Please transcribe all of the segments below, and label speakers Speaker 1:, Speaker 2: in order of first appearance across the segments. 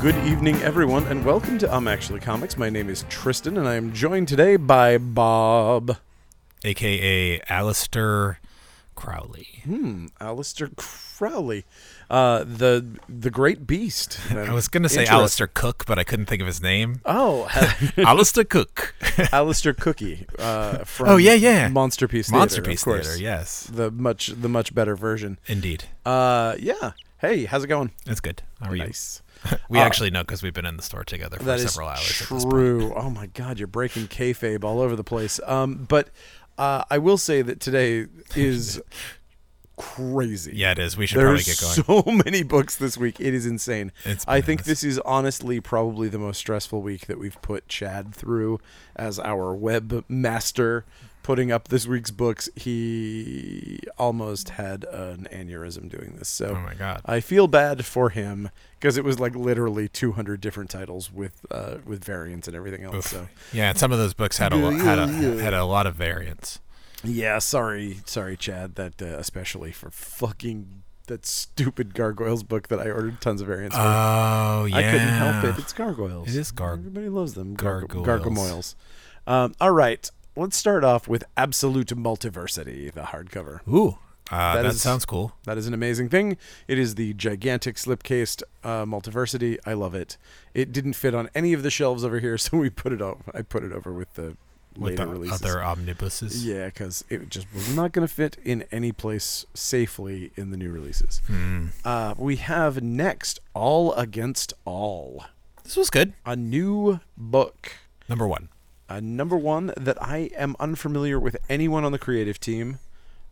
Speaker 1: Good evening, everyone, and welcome to Um Actually Comics. My name is Tristan, and I am joined today by Bob,
Speaker 2: aka Alistair Crowley.
Speaker 1: Hmm. Alistair Crowley, uh, the the Great Beast.
Speaker 2: I was going to say
Speaker 1: Interest-
Speaker 2: Alistair Cook, but I couldn't think of his name.
Speaker 1: Oh,
Speaker 2: Alistair Cook.
Speaker 1: Alistair Cookie. Uh, from
Speaker 2: Oh, yeah, yeah.
Speaker 1: Monster Piece Theater,
Speaker 2: Monster
Speaker 1: of
Speaker 2: Piece
Speaker 1: course.
Speaker 2: Theater, yes.
Speaker 1: The much the much better version.
Speaker 2: Indeed.
Speaker 1: Uh, yeah. Hey, how's it going?
Speaker 2: That's good. How are you?
Speaker 1: Nice.
Speaker 2: We
Speaker 1: Uh,
Speaker 2: actually know because we've been in the store together for
Speaker 1: That is
Speaker 2: several hours. at this point.
Speaker 1: true. Oh my God, you're breaking kayfabe all over the place. Um, but uh, I will say that today is crazy.
Speaker 2: Yeah, it is. We should probably
Speaker 1: There's
Speaker 2: get going.
Speaker 1: so many books this week. It is insane.
Speaker 2: It's
Speaker 1: I think
Speaker 2: bananas.
Speaker 1: this is honestly probably the most stressful week that we've put Chad through as our web master putting up this week's books. He almost had an aneurysm doing this. So
Speaker 2: oh my god.
Speaker 1: I feel bad for him because it was like literally 200 different titles with uh, with variants and everything else.
Speaker 2: Oof.
Speaker 1: So
Speaker 2: Yeah, and some of those books had a lo- had a, had a lot of variants.
Speaker 1: yeah, sorry, sorry, Chad. That uh, especially for fucking that stupid gargoyles book that I ordered tons of variants. for.
Speaker 2: Oh yeah.
Speaker 1: I couldn't help it. It's gargoyles.
Speaker 2: It is gar-
Speaker 1: Everybody loves them.
Speaker 2: gargoyles.
Speaker 1: Gargoyles. Um, all right, let's start off with Absolute Multiversity, the hardcover.
Speaker 2: Ooh, uh,
Speaker 1: That
Speaker 2: that,
Speaker 1: is-
Speaker 2: sounds cool.
Speaker 1: That is an amazing thing. It is the gigantic slipcased uh, multiversity. I love it. It didn't fit on any of the shelves over here, so we put it over. I put it over with the
Speaker 2: With
Speaker 1: later
Speaker 2: the
Speaker 1: releases.
Speaker 2: other omnibuses.
Speaker 1: yeah, because it just was not going to fit in any place safely in the new releases.
Speaker 2: Hmm.
Speaker 1: Uh, we have next All Against All,
Speaker 2: This was good.
Speaker 1: a new book.
Speaker 2: Number one.
Speaker 1: Uh, number one that I am unfamiliar with anyone on the creative team.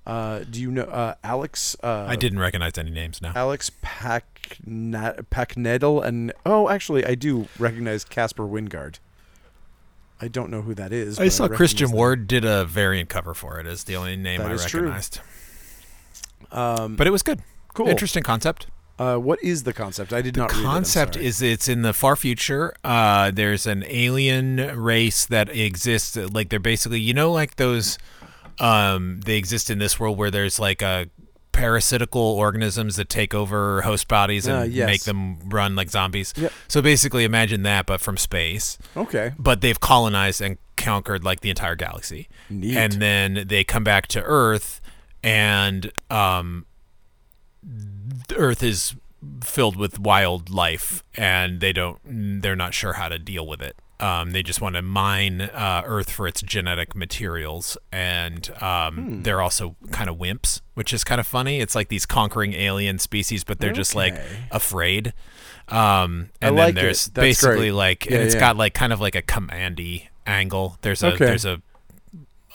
Speaker 1: Uh, do you know uh, Alex? Uh,
Speaker 2: I didn't recognize any names now.
Speaker 1: Alex Pac Pacnedel and oh, actually, I do recognize Casper Wingard. I don't know who that is. but
Speaker 2: I saw
Speaker 1: recognize
Speaker 2: Christian
Speaker 1: that.
Speaker 2: Ward did a variant cover for it. Is the only name
Speaker 1: That
Speaker 2: I
Speaker 1: is true.
Speaker 2: recognized.
Speaker 1: Um,
Speaker 2: But it was good.
Speaker 1: cool.
Speaker 2: Interesting concept.
Speaker 1: Uh, what is the concept? I did not. read it, I'm
Speaker 2: concept
Speaker 1: sorry.
Speaker 2: is it's in the far future. Uh, there's an alien race that exists. Like they're basically, you know, like those. Um, they exist in this world where there's like a parasitical organisms that take over host bodies and
Speaker 1: Uh, yes.
Speaker 2: make them run like zombies.
Speaker 1: Yep.
Speaker 2: So basically, imagine that, but from space
Speaker 1: okay.
Speaker 2: but they've colonized and conquered like the entire galaxy.
Speaker 1: Neat.
Speaker 2: And then they come back to Earth, and um, th- Earth is filled with wildlife, and they don't, they're not sure how to deal with it. Um, they just want to mine uh, Earth for its genetic materials, and um, they're also kind of wimps, which is kind of funny. It's like these conquering alien species, but they're just like
Speaker 1: Okay.
Speaker 2: afraid. Um, and
Speaker 1: like
Speaker 2: then
Speaker 1: it.
Speaker 2: there's
Speaker 1: That's
Speaker 2: basically
Speaker 1: great.
Speaker 2: like
Speaker 1: Yeah,
Speaker 2: and it's
Speaker 1: yeah.
Speaker 2: got like kind of like a commandy angle. There's a
Speaker 1: Okay.
Speaker 2: there's a,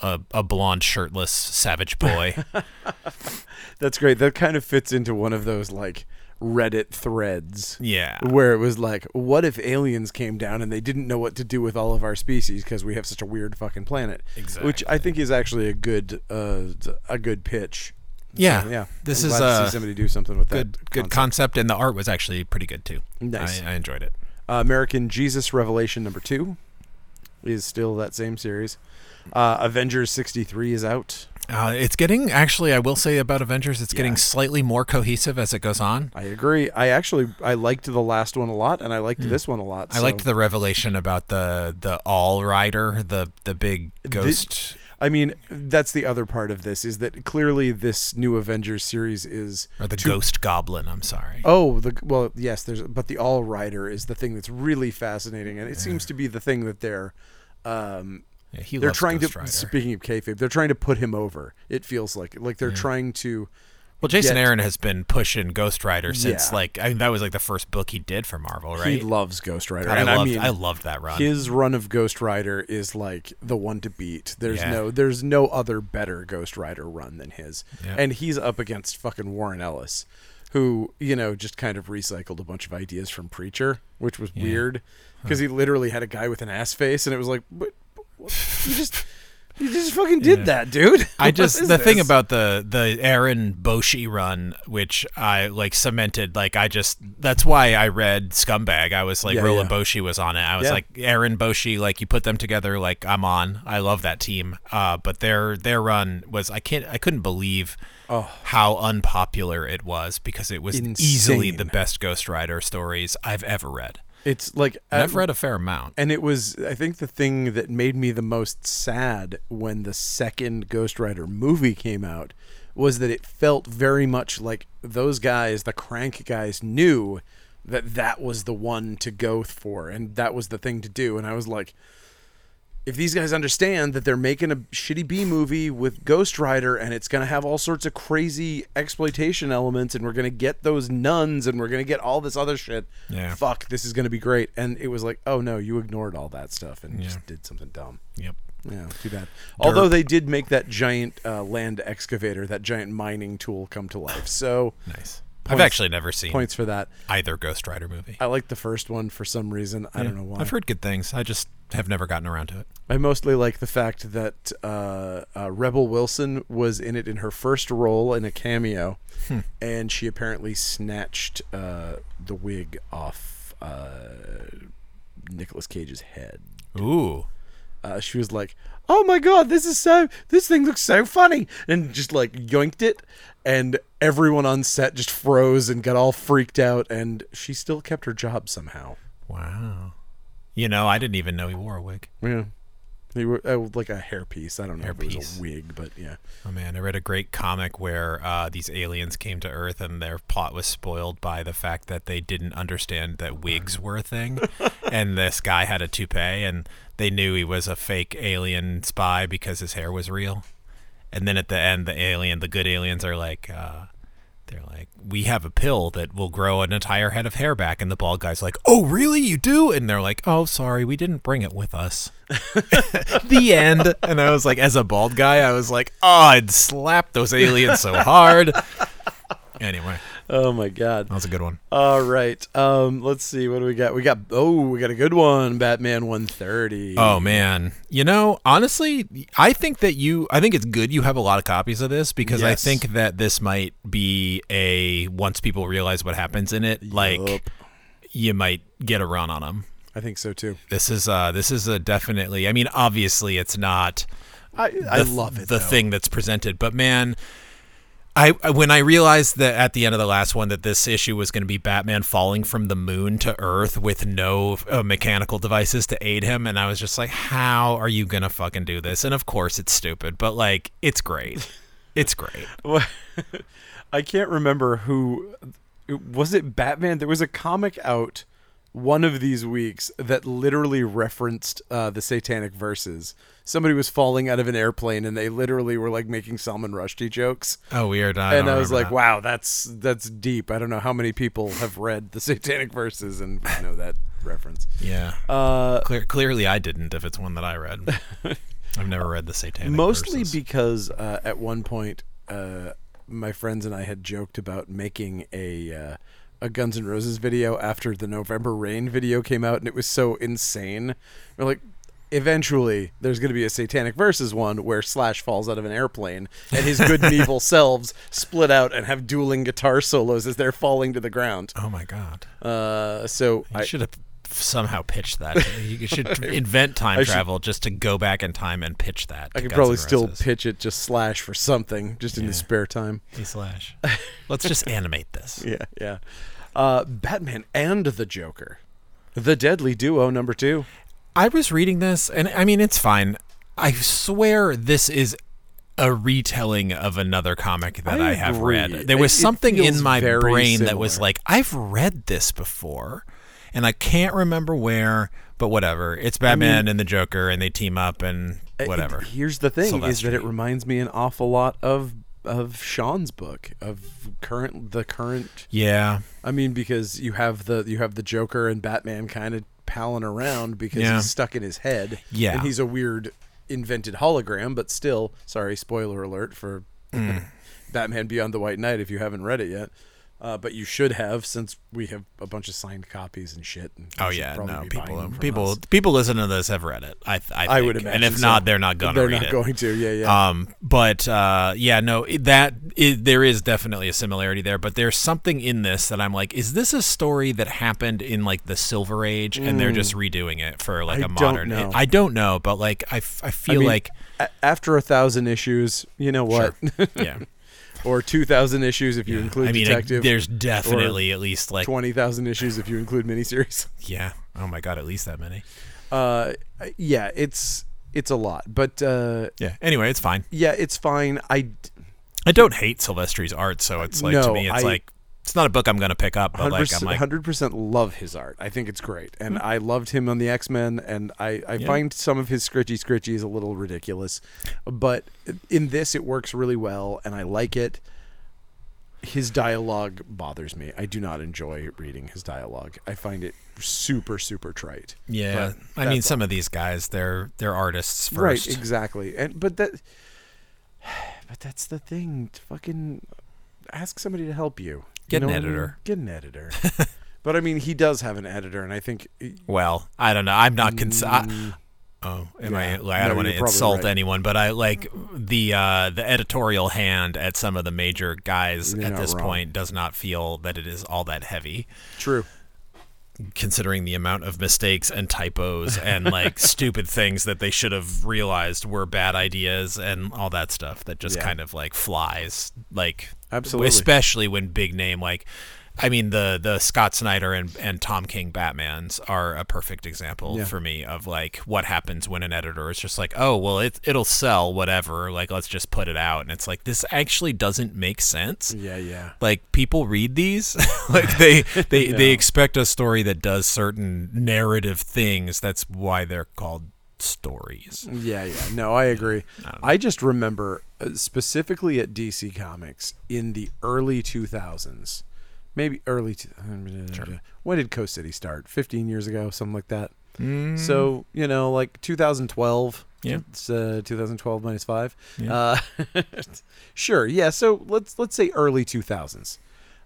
Speaker 2: a a blonde shirtless savage boy.
Speaker 1: That's great. That kind of fits into one of those like Reddit threads.
Speaker 2: yeah.
Speaker 1: Where it was like, what if aliens came down and they didn't know what to do with all of our species because we have such a weird fucking planet? Which I think is actually a good uh, a good pitch.
Speaker 2: Yeah.
Speaker 1: yeah.
Speaker 2: This
Speaker 1: I'm
Speaker 2: is
Speaker 1: glad to see
Speaker 2: a
Speaker 1: somebody do something with
Speaker 2: good
Speaker 1: that.
Speaker 2: good
Speaker 1: concept.
Speaker 2: concept and the art was actually pretty good too.
Speaker 1: Nice.
Speaker 2: I, I enjoyed it.
Speaker 1: Uh, American Jesus Revelation number two is still that same series. Uh, Avengers sixty three is out.
Speaker 2: Uh, it's getting actually I will say about Avengers it's
Speaker 1: Yeah.
Speaker 2: getting slightly more cohesive as it goes on.
Speaker 1: I agree. I actually I liked the last one a lot, and I liked this one a lot.
Speaker 2: Hmm. I liked the revelation about the the All Rider, the the big ghost.
Speaker 1: I mean, that's the other part of this is that clearly this new Avengers series is
Speaker 2: or the ghost goblin, I'm sorry.
Speaker 1: Oh, the well, yes, there's but the all rider is the thing that's really fascinating, and it seems to be the thing that they're um,
Speaker 2: Yeah, he
Speaker 1: they're
Speaker 2: loves
Speaker 1: trying
Speaker 2: Ghost
Speaker 1: to.
Speaker 2: Rider.
Speaker 1: Speaking of kayfabe, they're trying to put him over. It feels like like they're trying to.
Speaker 2: Well, Jason
Speaker 1: yet-
Speaker 2: Aaron has been pushing Ghost Rider since
Speaker 1: Yeah.
Speaker 2: like I mean, that was like the first book he did for Marvel, right?
Speaker 1: He loves Ghost Rider,
Speaker 2: God, I
Speaker 1: and I,
Speaker 2: loved, I,
Speaker 1: mean,
Speaker 2: loved that run.
Speaker 1: his run of Ghost Rider is like the one to beat. There's
Speaker 2: Yeah.
Speaker 1: no there's no other better Ghost Rider run than his.
Speaker 2: Yeah.
Speaker 1: And he's up against fucking Warren Ellis, who, you know, just kind of recycled a bunch of ideas from Preacher, which was weird because he literally had a guy with an ass face and it was like, but, but what- you just you just fucking did
Speaker 2: Yeah.
Speaker 1: that, dude.
Speaker 2: I
Speaker 1: What
Speaker 2: just
Speaker 1: is
Speaker 2: the thing
Speaker 1: this?
Speaker 2: about the the Aaron Boshi run, which I like cemented. Like I just that's why I read Scumbag. I was like
Speaker 1: Yeah,
Speaker 2: Roland
Speaker 1: yeah.
Speaker 2: Boshi was on it. I was
Speaker 1: Yeah.
Speaker 2: like Aaron Boshi. Like you put them together. Like I'm on. I love that team. Uh, but their their run was I can't I couldn't believe
Speaker 1: Oh.
Speaker 2: how unpopular it was because it was easily
Speaker 1: Insane.
Speaker 2: the best Ghost Rider stories I've ever read.
Speaker 1: It's like
Speaker 2: And I've read a fair amount.
Speaker 1: and it was I think the thing that made me the most sad when the second Ghost Rider movie came out was that it felt very much like those guys, the crank guys, knew that that was the one to go for and that was the thing to do. And I was like, if these guys understand that they're making a shitty B movie with Ghost Rider and it's going to have all sorts of crazy exploitation elements and we're going to get those nuns and we're going to get all this other shit,
Speaker 2: Yeah.
Speaker 1: fuck, this is going to be great. And it was like, oh no, you ignored all that stuff and just did something dumb.
Speaker 2: Yep.
Speaker 1: Yeah, too bad. Although they did make that giant uh, land excavator, that giant mining tool come to life. So
Speaker 2: Nice. I've
Speaker 1: Points-
Speaker 2: actually never seen
Speaker 1: points for that.
Speaker 2: either Ghost Rider movie.
Speaker 1: I like the first one for some reason. I don't know why.
Speaker 2: I've heard good things. I just have never gotten around to it.
Speaker 1: I mostly like the fact that uh, uh, Rebel Wilson was in it in her first role in a cameo, and she apparently snatched uh, the wig off uh, Nicolas Cage's head.
Speaker 2: Ooh.
Speaker 1: Uh, she was like, "Oh my god, this is so this thing looks so funny," and just like yoinked it, and everyone on set just froze and got all freaked out, and she still kept her job somehow.
Speaker 2: Wow. You know, I didn't even know he wore a wig.
Speaker 1: Yeah. They were uh, like a hairpiece. I don't know if it was
Speaker 2: Hairpiece.
Speaker 1: a wig, but yeah.
Speaker 2: Oh man, I read a great comic where uh, these aliens came to Earth and their plot was spoiled by the fact that they didn't understand that wigs were a thing, and this guy had a toupee and they knew he was a fake alien spy because his hair was real. And then at the end, the alien, the good aliens, are like, uh, they're like, we have a pill that will grow an entire head of hair back, and the bald guy's like, oh really, you do? And they're like, oh sorry, we didn't bring it with us the end. And I was like, as a bald guy, I was like, oh, I'd slap those aliens so hard. Anyway,
Speaker 1: Oh my god.
Speaker 2: that was a good one.
Speaker 1: All right. Um let's see what do we got? We got oh, we got a good one. Batman 130.
Speaker 2: Oh man, you know, honestly, I think that you, I think it's good you have a lot of copies of this because I
Speaker 1: Yes.
Speaker 2: think that this might be a once people realize what happens in it,
Speaker 1: Yup.
Speaker 2: like you might get a run on them.
Speaker 1: I think so too.
Speaker 2: This is uh this is a definitely. I mean, obviously, it's not.
Speaker 1: I I
Speaker 2: the-
Speaker 1: love it.
Speaker 2: the
Speaker 1: though.
Speaker 2: thing that's presented but man I I- when I realized that at the end of the last one that this issue was going to be Batman falling from the moon to Earth with no uh, mechanical devices to aid him, and I was just like, "How are you gonna fucking do this?" And of course, it's stupid, but like, it's great. It's great.
Speaker 1: I can't remember who was it Batman? There was a comic out one of these weeks that literally referenced uh, the satanic verses. Somebody was falling out of an airplane and they literally were like making Salman Rushdie jokes.
Speaker 2: Oh, weird. I
Speaker 1: and
Speaker 2: don't
Speaker 1: I was
Speaker 2: remember
Speaker 1: like,
Speaker 2: that.
Speaker 1: "Wow, that's that's deep." I don't know how many people have read the Satanic Verses and know that reference.
Speaker 2: yeah.
Speaker 1: Uh,
Speaker 2: Clear, clearly, I didn't. If it's one that I read, I've never read the Satanic.
Speaker 1: mostly
Speaker 2: Verses.
Speaker 1: because uh, at one point, uh, my friends and I had joked about making a uh, a Guns N' Roses video after the November Rain video came out, and it was so insane. We're like. Eventually, there's going to be a Satanic Verses one where Slash falls out of an airplane and his good and evil selves split out and have dueling guitar solos as they're falling to the ground.
Speaker 2: oh my god.
Speaker 1: Uh, so
Speaker 2: You
Speaker 1: I,
Speaker 2: should have somehow pitched that. You should invent time
Speaker 1: should-
Speaker 2: travel just to go back in time and pitch that.
Speaker 1: I
Speaker 2: to
Speaker 1: could
Speaker 2: Guns
Speaker 1: probably
Speaker 2: N'
Speaker 1: still
Speaker 2: Roses.
Speaker 1: pitch it just slash for something, just in his spare time.
Speaker 2: Hey, slash. Let's just animate this.
Speaker 1: Yeah, yeah. Uh, Batman and the Joker, the deadly duo number two.
Speaker 2: I was reading this, and I mean, it's fine. I swear this is a retelling of another comic that I,
Speaker 1: I
Speaker 2: have
Speaker 1: agree.
Speaker 2: read. There was
Speaker 1: It- it
Speaker 2: something
Speaker 1: feels
Speaker 2: in my
Speaker 1: very
Speaker 2: brain that was
Speaker 1: similar.
Speaker 2: like, I've read this before, and I can't remember where, but whatever. It's Batman and the Joker, and they team up and
Speaker 1: It-
Speaker 2: whatever.
Speaker 1: here's the thing: is that
Speaker 2: Sylvester.
Speaker 1: it reminds me an awful lot of of Sean's book of current the current.
Speaker 2: yeah.
Speaker 1: I mean, because you have the you have the Joker and Batman kind of palling around because
Speaker 2: Yeah.
Speaker 1: he's stuck in his head.
Speaker 2: Yeah.
Speaker 1: and he's a weird invented hologram, but still, sorry, spoiler alert for
Speaker 2: Mm.
Speaker 1: Batman Beyond the White Knight if you haven't read it yet. Uh, but you should have, since we have a bunch of signed copies and shit. And you
Speaker 2: Oh
Speaker 1: should
Speaker 2: yeah,
Speaker 1: probably
Speaker 2: no
Speaker 1: be buying
Speaker 2: people
Speaker 1: them from
Speaker 2: people
Speaker 1: us.
Speaker 2: people listening to this have read it. I th- I,
Speaker 1: I would
Speaker 2: think.
Speaker 1: imagine,
Speaker 2: and if not,
Speaker 1: so.
Speaker 2: they're not gonna
Speaker 1: They're
Speaker 2: read
Speaker 1: not
Speaker 2: it.
Speaker 1: going to. Yeah, yeah.
Speaker 2: Um, but uh, yeah, no, it- that it, there is definitely a similarity there, but there's something in this that I'm like, is this a story that happened in like the Silver Age, and they're just redoing it for like
Speaker 1: Mm. I
Speaker 2: a
Speaker 1: don't
Speaker 2: modern?
Speaker 1: know.
Speaker 2: I don't know, but like I, f- I feel
Speaker 1: I mean,
Speaker 2: like
Speaker 1: a- after a thousand issues, you know what?
Speaker 2: yeah,
Speaker 1: or two thousand issues if you include
Speaker 2: I mean, like,
Speaker 1: Detective,
Speaker 2: there's definitely at least like
Speaker 1: twenty thousand issues if you include miniseries.
Speaker 2: yeah. Oh my god, at least that many.
Speaker 1: Uh, yeah, it's it's a lot, but uh,
Speaker 2: Yeah. Anyway, it's fine.
Speaker 1: yeah, it's fine. I
Speaker 2: I don't hate Silvestri's art, so it's like to
Speaker 1: No,
Speaker 2: me, it's
Speaker 1: I-
Speaker 2: like it's not a book I'm gonna pick up, but like I'm like
Speaker 1: hundred percent love his art. I think it's great, and I loved him on the X Men, and I I find some of his scritchy scritchies a little ridiculous, but in this it works really well, and I like it. His dialogue bothers me. I do not enjoy reading his dialogue. I find it super super trite.
Speaker 2: yeah.
Speaker 1: But
Speaker 2: I mean,
Speaker 1: that's
Speaker 2: some of these guys, they're they're artists
Speaker 1: Right,
Speaker 2: first.
Speaker 1: exactly. And but that but that's the thing. To fucking ask somebody to help you. You
Speaker 2: Get an
Speaker 1: know what I mean?
Speaker 2: editor.
Speaker 1: Get an editor. but I mean, he does have an editor and I think
Speaker 2: Well, I don't know. I'm not cons- I,
Speaker 1: Mm.
Speaker 2: Oh, am I?
Speaker 1: Yeah.
Speaker 2: Like, I
Speaker 1: No,
Speaker 2: don't want to
Speaker 1: you're probably
Speaker 2: insult
Speaker 1: right.
Speaker 2: anyone, but I like the uh, the editorial hand at some of the major guys
Speaker 1: You're
Speaker 2: at
Speaker 1: not
Speaker 2: this
Speaker 1: wrong.
Speaker 2: point does not feel that it is all that heavy,
Speaker 1: true.
Speaker 2: considering the amount of mistakes and typos and like stupid things that they should have realized were bad ideas and all that stuff that just
Speaker 1: Yeah.
Speaker 2: kind of like flies like
Speaker 1: Absolutely.
Speaker 2: especially when big name like I mean the the Scott Snyder and, and Tom King Batmans are a perfect example
Speaker 1: Yeah.
Speaker 2: for me of like what happens when an editor is just like oh well it it'll sell whatever like let's just put it out and it's like this actually doesn't make sense
Speaker 1: Yeah, yeah.
Speaker 2: like people read these like they they
Speaker 1: No.
Speaker 2: they expect a story that does certain narrative things that's why they're called stories
Speaker 1: Yeah, yeah. No, I agree. I, just remember uh, specifically at DC Comics in the early 2000s. Maybe early two- uh, When did Coast City start? 15 years ago, something like that. So, you know, like 2012.
Speaker 2: Mm. Yeah.
Speaker 1: It's uh, 2012 minus 5.
Speaker 2: Yeah.
Speaker 1: Uh, sure. Yeah, so let's let's say early 2000s.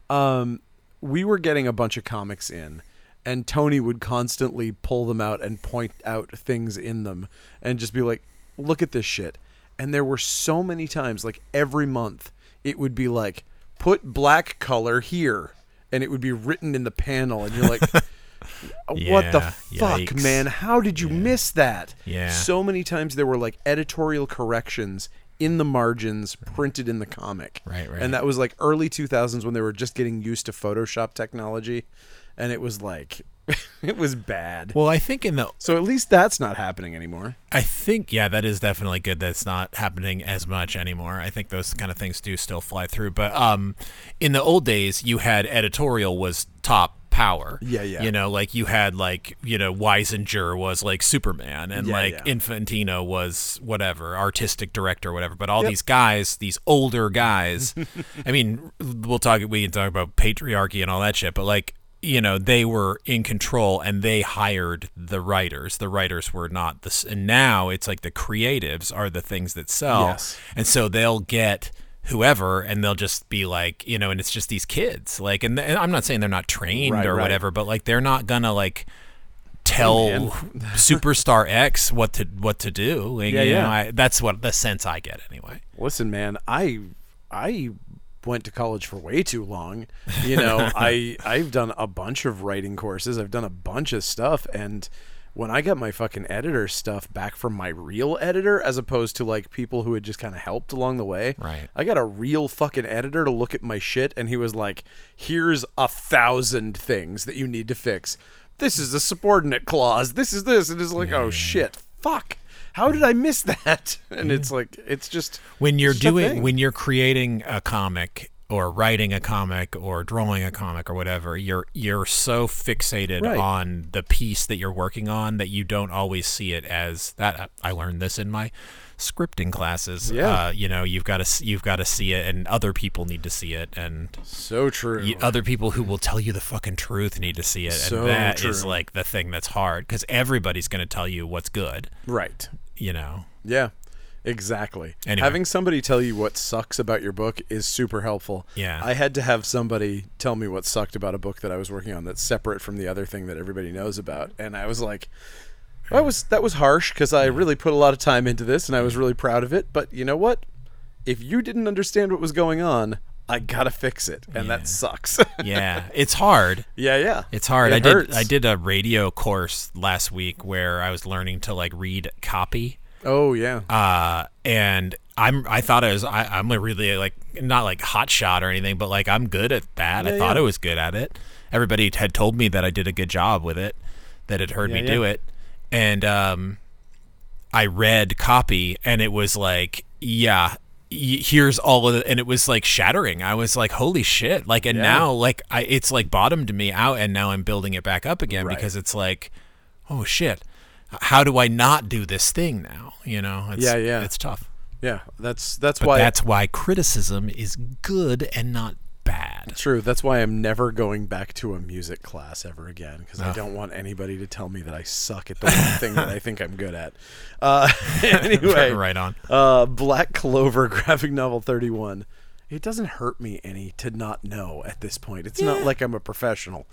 Speaker 1: Um we were getting a bunch of comics in and Tony would constantly pull them out and point out things in them and just be like, "Look at this shit." And there were so many times like every month it would be like, "Put black color here." And it would be written in the panel and you're like, "What the
Speaker 2: Yeah,
Speaker 1: fuck,
Speaker 2: yikes.
Speaker 1: man? How did you miss that?"
Speaker 2: Yeah.
Speaker 1: So many times there were like editorial corrections in the margins printed in the comic.
Speaker 2: Right, right.
Speaker 1: And that was like early 2000s when they were just getting used to Photoshop technology and it was like it was bad.
Speaker 2: well i think in the
Speaker 1: So at least that's not happening anymore.
Speaker 2: I think yeah, that is definitely good that it's not happening as much anymore. I think those kind of things do still fly through, but um in the old days you had editorial was top power.
Speaker 1: Yeah, yeah.
Speaker 2: You know, like you had like, you know, Weisinger was like Superman and
Speaker 1: Yeah,
Speaker 2: like
Speaker 1: yeah.
Speaker 2: Infantino was whatever, artistic director whatever, but all
Speaker 1: Yep.
Speaker 2: these guys, these older guys, I mean, we'll talk we can talk about patriarchy and all that shit, but like you know they were in control and they hired the writers the writers were not this and now it's like the creatives are the things that sell
Speaker 1: Yes.
Speaker 2: and so they'll get whoever and they'll just be like you know and it's just these kids like and, th- and i'm not saying they're not trained
Speaker 1: Right,
Speaker 2: or
Speaker 1: right.
Speaker 2: whatever but like they're not gonna like tell
Speaker 1: man.
Speaker 2: superstar x what to what to do Like,
Speaker 1: Yeah,
Speaker 2: you know,
Speaker 1: yeah.
Speaker 2: I, that's what the sense i get anyway
Speaker 1: Listen, man, I I went to college for way too long. You know, I I've done a bunch of writing courses. I've done a bunch of stuff and when I got my fucking editor stuff back from my real editor as opposed to like people who had just kind of helped along the way.
Speaker 2: Right.
Speaker 1: I got a real fucking editor to look at my shit and he was like, "Here's a thousand things that you need to fix. This is a subordinate clause. This is this." And it's like, "Oh shit. Fuck. How did I miss that?" And it's like it's just
Speaker 2: when you're
Speaker 1: it's just a
Speaker 2: doing
Speaker 1: thing.
Speaker 2: when you're creating a comic or writing a comic or drawing a comic or whatever you're you're so fixated
Speaker 1: Right.
Speaker 2: on the piece that you're working on that you don't always see it as that I learned this in my scripting classes
Speaker 1: Yeah.
Speaker 2: uh, you know you've got to you've got to see it and other people need to see it and
Speaker 1: So true.
Speaker 2: y- other people who will tell you the fucking truth need to see it
Speaker 1: So
Speaker 2: and that is
Speaker 1: true.
Speaker 2: like the thing that's hard cuz everybody's going to tell you what's good
Speaker 1: right.
Speaker 2: you know
Speaker 1: Yeah. Exactly.
Speaker 2: Anyway.
Speaker 1: Having somebody tell you what sucks about your book is super helpful.
Speaker 2: Yeah.
Speaker 1: I had to have somebody tell me what sucked about a book that I was working on that's separate from the other thing that everybody knows about. And I was like, that was that was harsh because I really put a lot of time into this and I was really proud of it. But you know what? If you didn't understand what was going on, I gotta fix it. And
Speaker 2: Yeah.
Speaker 1: that sucks.
Speaker 2: yeah it's hard
Speaker 1: yeah, yeah.
Speaker 2: It's hard.
Speaker 1: It
Speaker 2: I did
Speaker 1: hurts.
Speaker 2: I did a radio course last week where I was learning to like read copy.
Speaker 1: Oh yeah.
Speaker 2: Uh and I'm I thought I was I, I'm like really like not like hot shot or anything, but like I'm good at that. I
Speaker 1: Yeah,
Speaker 2: thought
Speaker 1: yeah.
Speaker 2: I was good at it. Everybody had told me that I did a good job with it, that had heard me
Speaker 1: Yeah,
Speaker 2: do
Speaker 1: yeah.
Speaker 2: it, and um, I read copy and it was like, yeah, y- here's all of it. And it was like shattering. I was like, holy shit. Like, and
Speaker 1: Yeah.
Speaker 2: now like I, it's like bottomed me out and now I'm building it back up again
Speaker 1: Right.
Speaker 2: because it's like, oh shit, how do I not do this thing now? You know, it's,
Speaker 1: Yeah, yeah.
Speaker 2: it's tough.
Speaker 1: Yeah, that's that's
Speaker 2: But
Speaker 1: why
Speaker 2: that's why criticism is good and not bad.
Speaker 1: True. That's why I'm never going back to a music class ever again because I don't want anybody to tell me that I suck at the one thing that I think I'm good at. Uh, anyway,
Speaker 2: Right on.
Speaker 1: Uh, Black Clover graphic novel 31. It doesn't hurt me any to not know at this point. It's not like I'm a professional.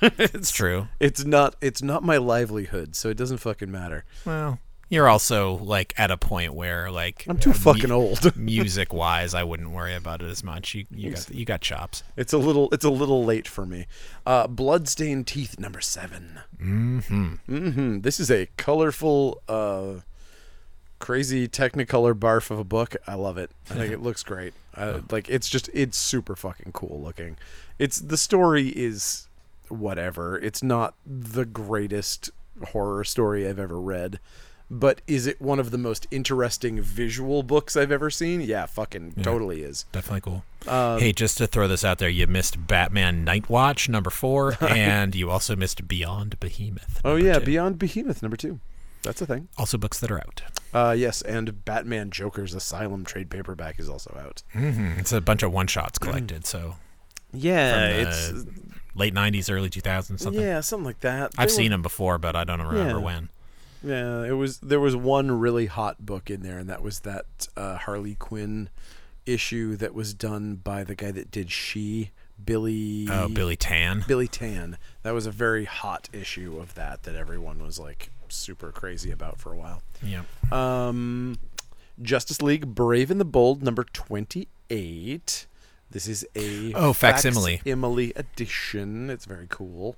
Speaker 2: It's true.
Speaker 1: It's not. It's not my livelihood, so it doesn't fucking matter.
Speaker 2: Well, you're also like at a point where like
Speaker 1: I'm too fucking old.
Speaker 2: music wise, I wouldn't worry about it as much. You you got you got chops.
Speaker 1: It's a little it's a little late for me. Uh Bloodstained Teeth number 7. Mhm. Mhm. This is a colorful uh crazy technicolor barf of a book. I love it. I think it looks great. Uh, like it's just it's super fucking cool looking. It's the story is whatever. It's not the greatest horror story I've ever read. But is it one of the most interesting visual books I've ever seen? Yeah, fucking totally is.
Speaker 2: Definitely cool.
Speaker 1: Um,
Speaker 2: hey, just to throw this out there, you missed Batman Night Watch number four, and you also missed Beyond Behemoth.
Speaker 1: Oh
Speaker 2: number
Speaker 1: yeah,
Speaker 2: two.
Speaker 1: Beyond Behemoth number two. That's a thing.
Speaker 2: also books that are out.
Speaker 1: Uh, yes, and Batman Joker's Asylum trade paperback is also out.
Speaker 2: Mm-hmm. It's a bunch of one shots collected. So
Speaker 1: Yeah,
Speaker 2: From uh, the-
Speaker 1: Mm. Uh, it's
Speaker 2: late '90s, early 2000s, something.
Speaker 1: yeah something like that.
Speaker 2: I've
Speaker 1: They
Speaker 2: seen
Speaker 1: were-
Speaker 2: them before, but I don't remember
Speaker 1: Yeah.
Speaker 2: when.
Speaker 1: Yeah, it was there was one really hot book in there, and that was that uh, Harley Quinn issue that was done by the guy that did She, Billy.
Speaker 2: Oh, Billy Tan.
Speaker 1: Billy Tan. That was a very hot issue of that that everyone was like super crazy about for a while.
Speaker 2: Yeah.
Speaker 1: Um, Justice League Brave and the Bold, number 28. This is a
Speaker 2: Oh, facsimile.
Speaker 1: facsimile edition. It's very cool.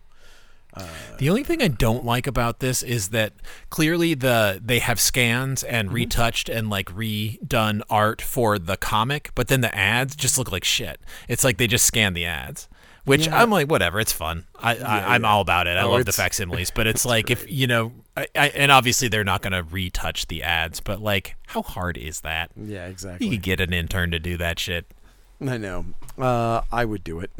Speaker 2: The only thing I don't like about this is that clearly the they have scans and
Speaker 1: Mm-hmm.
Speaker 2: retouched and like redone art for the comic, but then the ads just look like shit. It's like they just scan the ads. Which I'm like, whatever, it's fun. I, I I'm all about it. I
Speaker 1: Oh,
Speaker 2: love the
Speaker 1: it's-
Speaker 2: facsimiles, but it's like if you know, I, I, and obviously they're not going to retouch the ads, but like, how hard is that?
Speaker 1: Yeah,
Speaker 2: You
Speaker 1: exactly.
Speaker 2: could get an intern to do that shit.
Speaker 1: I know. Uh, I would do it.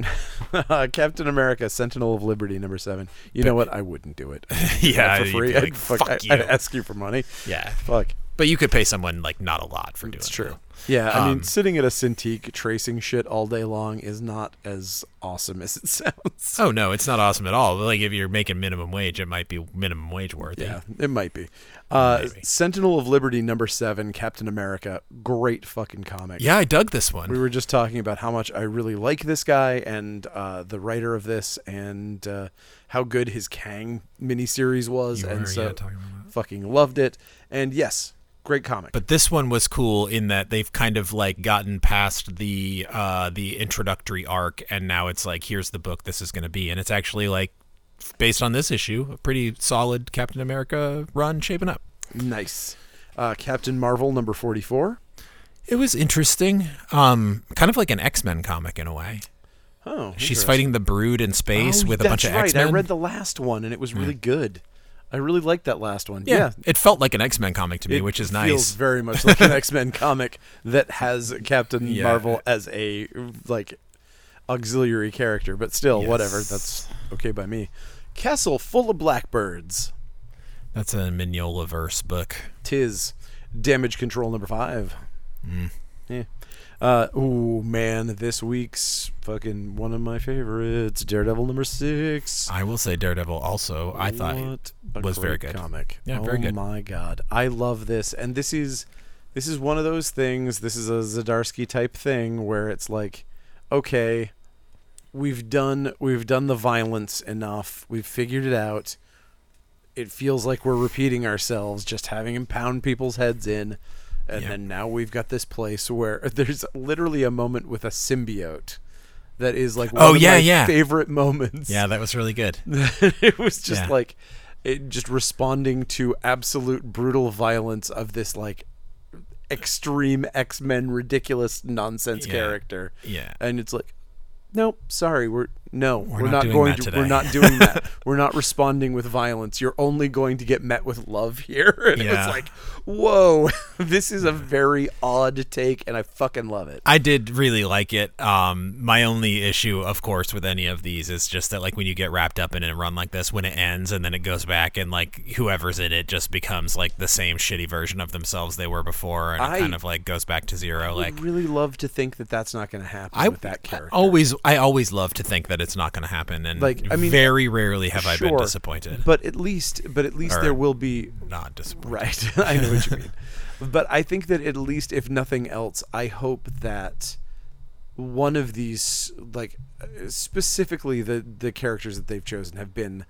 Speaker 1: Captain America, Sentinel of Liberty, number seven. You know what? I wouldn't do it.
Speaker 2: Yeah,
Speaker 1: Not for
Speaker 2: you'd
Speaker 1: free.
Speaker 2: be like,
Speaker 1: I'd, fuck,
Speaker 2: "Fuck
Speaker 1: I- I'd
Speaker 2: you."
Speaker 1: ask you for money.
Speaker 2: Yeah,
Speaker 1: Fuck.
Speaker 2: but you could pay someone like not a lot for doing.
Speaker 1: It's
Speaker 2: it.
Speaker 1: true. Yeah, I
Speaker 2: Um,
Speaker 1: mean, sitting at a Cintiq tracing shit all day long is not as awesome as it sounds.
Speaker 2: Oh no, it's not awesome at all. Like if you're making minimum wage, it might be minimum wage worthy.
Speaker 1: Yeah, it might be. Uh,
Speaker 2: Maybe.
Speaker 1: Sentinel of Liberty number seven, Captain America. Great fucking comic.
Speaker 2: Yeah, I dug this
Speaker 1: We
Speaker 2: one.
Speaker 1: were just talking about how much I really like this guy and uh, the writer of this, and uh, how good his Kang miniseries was,
Speaker 2: You
Speaker 1: and
Speaker 2: were,
Speaker 1: so
Speaker 2: yeah, talking about
Speaker 1: fucking loved it. And yes, great comic.
Speaker 2: But this one was cool in that they've kind of like gotten past the uh the introductory arc and now it's like here's the book this is going to be and it's actually like based on this issue, a pretty solid Captain America run shaping up.
Speaker 1: nice. Uh, Captain Marvel number forty-four.
Speaker 2: It was interesting. Um kind of like an X-Men comic in a way.
Speaker 1: Oh,
Speaker 2: She's
Speaker 1: interesting.
Speaker 2: fighting the brood in space
Speaker 1: Oh,
Speaker 2: with a
Speaker 1: that's
Speaker 2: bunch of
Speaker 1: right.
Speaker 2: X-Men.
Speaker 1: I read the last one, and it was really good. I really liked that last one. yeah,
Speaker 2: It felt like an X-Men comic to me, which is nice.
Speaker 1: Feels very much like an X Men comic that has Captain
Speaker 2: Yeah.
Speaker 1: Marvel as a like auxiliary character, but still, whatever.
Speaker 2: Yes.
Speaker 1: That's okay by me. Castle full of blackbirds.
Speaker 2: That's a Mignola verse book.
Speaker 1: Tis damage control number five.
Speaker 2: Mm.
Speaker 1: Yeah. Uh, ooh man, this week's fucking one of my favorites, Daredevil number six.
Speaker 2: I will say Daredevil also. I thought
Speaker 1: What a
Speaker 2: was very
Speaker 1: great
Speaker 2: good.
Speaker 1: comic.
Speaker 2: Yeah,
Speaker 1: oh
Speaker 2: very good.
Speaker 1: my god, I love this, and this is this is one of those things. This is a Zadarsky type thing where it's like, okay, we've done we've done the violence enough. We've figured it out. It feels like we're repeating ourselves, just having him pound people's heads in. And
Speaker 2: Yeah.
Speaker 1: then now we've got this place where there's literally a moment with a symbiote that is like one
Speaker 2: Oh,
Speaker 1: of
Speaker 2: yeah,
Speaker 1: my
Speaker 2: yeah.
Speaker 1: favorite moments.
Speaker 2: Yeah, that was really good.
Speaker 1: it was just
Speaker 2: Yeah.
Speaker 1: like it just responding to absolute brutal violence of this like extreme X Men ridiculous nonsense
Speaker 2: Yeah.
Speaker 1: character.
Speaker 2: Yeah.
Speaker 1: and it's like, nope, sorry, we're no, we're,
Speaker 2: not
Speaker 1: not,
Speaker 2: doing
Speaker 1: going
Speaker 2: that
Speaker 1: to.
Speaker 2: today."
Speaker 1: We're not doing that. we're not responding with violence. You're only going to get met with love here. And it was
Speaker 2: Yeah.
Speaker 1: like, whoa, this is a very odd take, and I fucking love it.
Speaker 2: I did really like it. Um, my only issue, of course, with any of these is just that, like, when you get wrapped up in a run like this, when it ends and then it goes back and like whoever's in it just becomes like the same shitty version of themselves they were before, and
Speaker 1: I-
Speaker 2: it kind of like goes back to zero. Like,
Speaker 1: I really love to think that that's not going to happen with that character.
Speaker 2: I always, I always love to think that it's not going to happen, and
Speaker 1: Like, I mean,
Speaker 2: very rarely have I been
Speaker 1: Sure,
Speaker 2: disappointed.
Speaker 1: But at least, but at least
Speaker 2: Or-
Speaker 1: there will be
Speaker 2: not disappointed.
Speaker 1: Right. I know what you mean. But I think that at least, if nothing else, I hope that one of these, like uh, specifically the the characters that they've chosen, have been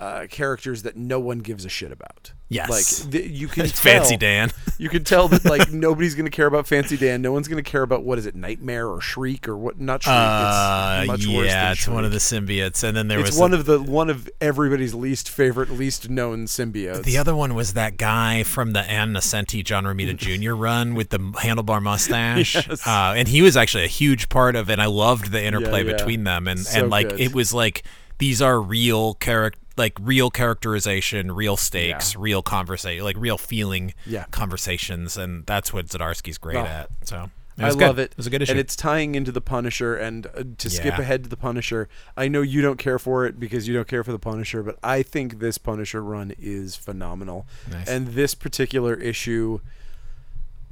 Speaker 1: uh, characters that no one gives a shit about.
Speaker 2: Yes.
Speaker 1: Like th- you can tell,
Speaker 2: Fancy Dan.
Speaker 1: You can tell that like nobody's gonna care about Fancy Dan. No one's gonna care about what is it, Nightmare or Shriek or what? Not Shriek.
Speaker 2: Uh,
Speaker 1: it's much
Speaker 2: yeah,
Speaker 1: worse than
Speaker 2: it's one of
Speaker 1: Shriek.
Speaker 2: the symbiotes, and then there
Speaker 1: It's
Speaker 2: was
Speaker 1: one of the one of everybody's least favorite, least known symbiotes.
Speaker 2: The other one was that guy from the Ann Nesenti John Romita Jr. run with the handlebar mustache,
Speaker 1: Yes.
Speaker 2: uh, and he was actually a huge part of it. And I loved the interplay
Speaker 1: yeah.
Speaker 2: between them, and
Speaker 1: So
Speaker 2: and like
Speaker 1: good.
Speaker 2: it was like these are real character, like real characterization, real stakes, real conversation, like real feeling
Speaker 1: Yeah.
Speaker 2: conversations, and that's what Zdarsky's great
Speaker 1: Oh.
Speaker 2: at. So it
Speaker 1: I
Speaker 2: was good.
Speaker 1: love it.
Speaker 2: It was a good issue.
Speaker 1: And it's tying into the Punisher. And uh, to skip
Speaker 2: Yeah.
Speaker 1: ahead to the Punisher, I know you don't care for it because you don't care for the Punisher, but I think this Punisher run is phenomenal.
Speaker 2: Nice.
Speaker 1: And this particular issue,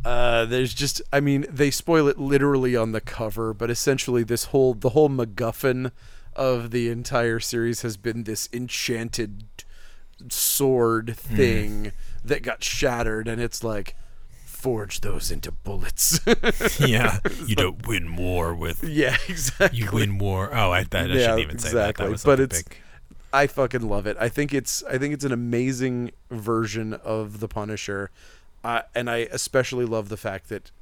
Speaker 1: uh, there's just, I mean, they spoil it literally on the cover, but essentially this whole, the whole MacGuffin of the entire series has been this enchanted sword
Speaker 2: Hmm.
Speaker 1: thing that got shattered, and it's like, forge those into bullets.
Speaker 2: yeah, you don't win war with
Speaker 1: Yeah, exactly.
Speaker 2: you win war. Oh, I, that, I
Speaker 1: Yeah,
Speaker 2: shouldn't even say that.
Speaker 1: exactly.
Speaker 2: That was
Speaker 1: But
Speaker 2: something
Speaker 1: it's-
Speaker 2: big.
Speaker 1: I fucking love it. I think it's I think it's an amazing version of the Punisher, uh, and I especially love the fact that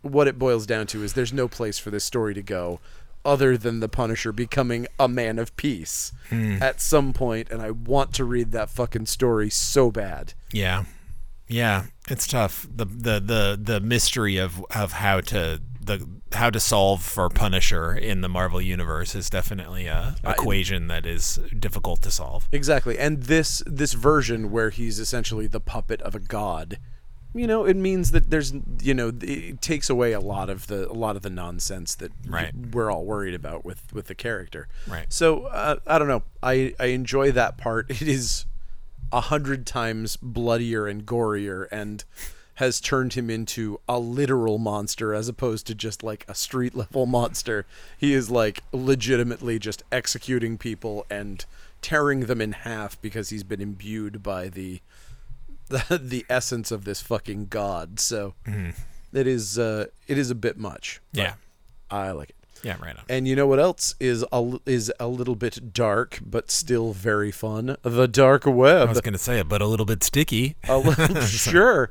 Speaker 1: what it boils down to is there's no place for this story to go other than the Punisher becoming a man of peace
Speaker 2: Hmm.
Speaker 1: at some point, and I want to read that fucking story so bad.
Speaker 2: Yeah, yeah, it's tough. the the the The mystery of of how to the how to solve for Punisher in the Marvel universe is definitely a equation that is difficult to solve.
Speaker 1: Exactly. And this this version where he's essentially the puppet of a god, you know, it means that there's you know, it takes away a lot of the a lot of the nonsense that
Speaker 2: Right.
Speaker 1: we're all worried about with with the character.
Speaker 2: Right.
Speaker 1: So, uh, I don't know. I I enjoy that part. It is a hundred times bloodier and gorier and has turned him into a literal monster as opposed to just like a street level monster. He is like legitimately just executing people and tearing them in half because he's been imbued by the the, the essence of this fucking god. So it is uh it is a bit much. but
Speaker 2: Mm-hmm. Yeah,
Speaker 1: I like it.
Speaker 2: yeah, right on.
Speaker 1: And you know what else is a, l- is a little bit dark but still very fun? The dark web
Speaker 2: I was gonna say it, but a little bit sticky.
Speaker 1: a little sure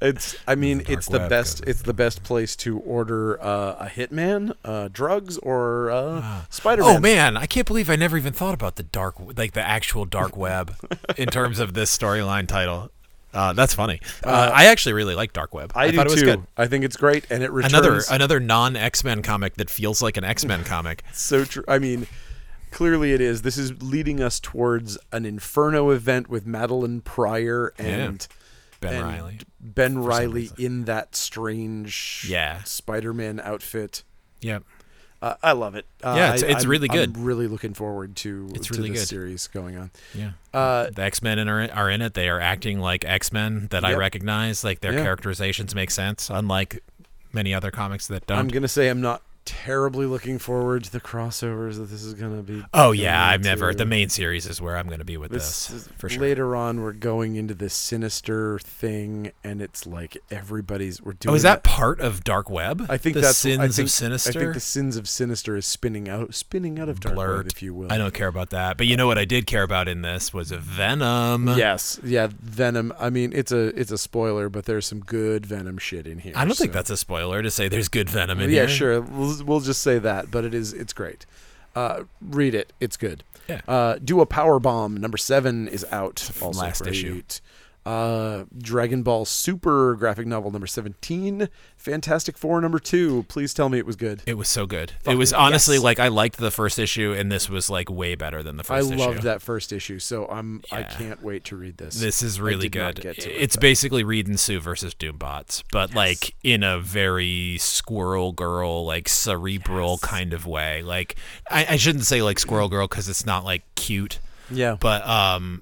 Speaker 1: it's i mean
Speaker 2: dark
Speaker 1: it's the
Speaker 2: web
Speaker 1: best
Speaker 2: goes
Speaker 1: it's the best place to order uh, a hitman uh, drugs or uh, spider-man
Speaker 2: Oh man, I can't believe I never even thought about the dark, like the actual dark web, in terms of this storyline title. Uh, that's funny. Uh, I actually really like Dark Web.
Speaker 1: i, do
Speaker 2: thought it was
Speaker 1: too
Speaker 2: good.
Speaker 1: i think it's great and it returns
Speaker 2: Another uh, another non X Men comic that feels like an X Men comic.
Speaker 1: so true i mean clearly it is this is leading us towards an inferno event with madeline pryor and
Speaker 2: Ben
Speaker 1: and
Speaker 2: Riley.
Speaker 1: ben riley in that strange
Speaker 2: Yeah.
Speaker 1: spider-man outfit
Speaker 2: Yep.
Speaker 1: uh, I love it. Uh,
Speaker 2: Yeah, it's-
Speaker 1: I-
Speaker 2: it's
Speaker 1: I'm-
Speaker 2: really good.
Speaker 1: I'm really looking forward to,
Speaker 2: It's
Speaker 1: to
Speaker 2: really
Speaker 1: this
Speaker 2: good.
Speaker 1: series going on.
Speaker 2: Yeah.
Speaker 1: Uh,
Speaker 2: The X Men are, are in it. They are acting like X Men that I
Speaker 1: Yep.
Speaker 2: recognize. Like their
Speaker 1: Yeah.
Speaker 2: characterizations make sense, unlike many other comics that don't.
Speaker 1: I'm gonna say I'm not terribly looking forward to the crossovers that this is gonna be.
Speaker 2: oh yeah,
Speaker 1: going
Speaker 2: I've never.
Speaker 1: to.
Speaker 2: The main series is where I'm going to be with
Speaker 1: This
Speaker 2: this,
Speaker 1: is-
Speaker 2: for sure.
Speaker 1: Later on, we're going into this sinister thing, and it's like everybody's we're doing.
Speaker 2: Oh, is that part of Dark Web?
Speaker 1: I think
Speaker 2: the
Speaker 1: that's
Speaker 2: sins
Speaker 1: I think,
Speaker 2: of sinister.
Speaker 1: I think the sins of sinister is spinning out, spinning out of dark web,
Speaker 2: Blurt.
Speaker 1: if you will.
Speaker 2: I don't care about that. But you know what I did care about in this was Venom.
Speaker 1: Yes, yeah, Venom. I mean, it's a it's a spoiler, but there's some good Venom shit in here.
Speaker 2: I don't think
Speaker 1: so-
Speaker 2: that's a spoiler to say there's good Venom in
Speaker 1: yeah,
Speaker 2: here.
Speaker 1: sure. We'll, we'll just say that, but it is it's great. Uh, read it; it's good.
Speaker 2: Yeah.
Speaker 1: Uh, Do a power bomb. Number seven is out. Also
Speaker 2: Last
Speaker 1: great.
Speaker 2: issue.
Speaker 1: uh, Dragon Ball Super graphic novel number 17, Fantastic Four number 2. Please tell me it was good.
Speaker 2: It was so good. it was honestly like I liked the first issue, and this was like way better than the
Speaker 1: I
Speaker 2: first issue.
Speaker 1: loved that first issue, so I'm I
Speaker 2: Yeah.
Speaker 1: can't wait to read this.
Speaker 2: This is really
Speaker 1: did not
Speaker 2: good.
Speaker 1: get to it,
Speaker 2: it's
Speaker 1: but-
Speaker 2: basically Reed and Sue versus Doombots, but like in a very squirrel girl, like cerebral kind of way. Like I, I shouldn't say like squirrel girl because it's not like cute,
Speaker 1: yeah,
Speaker 2: but um,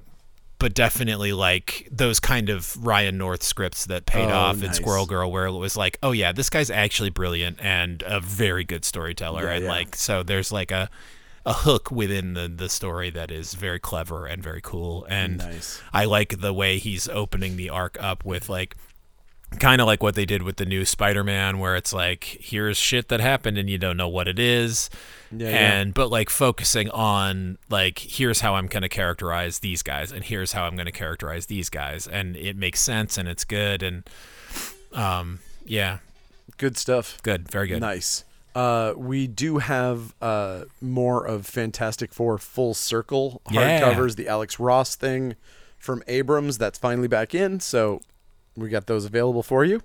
Speaker 2: but definitely like those kind of Ryan North scripts that paid
Speaker 1: Oh,
Speaker 2: off in
Speaker 1: nice.
Speaker 2: Squirrel Girl, where it was like, oh yeah, this guy's actually brilliant and a very good storyteller,
Speaker 1: Yeah,
Speaker 2: and
Speaker 1: yeah.
Speaker 2: like so there's like a a hook within the the story that is very clever and very cool and.
Speaker 1: nice.
Speaker 2: I like the way he's opening the arc up with like kind of like what they did with the new Spider-Man where it's like here's shit that happened and you don't know what it is
Speaker 1: Yeah, yeah.
Speaker 2: and but like focusing on like here's how I'm going to characterize these guys and here's how I'm going to characterize these guys and it makes sense and it's good and um yeah
Speaker 1: good stuff.
Speaker 2: good very good
Speaker 1: Nice. Uh, we do have uh, more of Fantastic Four Full Circle
Speaker 2: Yeah.
Speaker 1: hardcovers, the Alex Ross thing from Abrams. That's finally back in, so we got those available for you.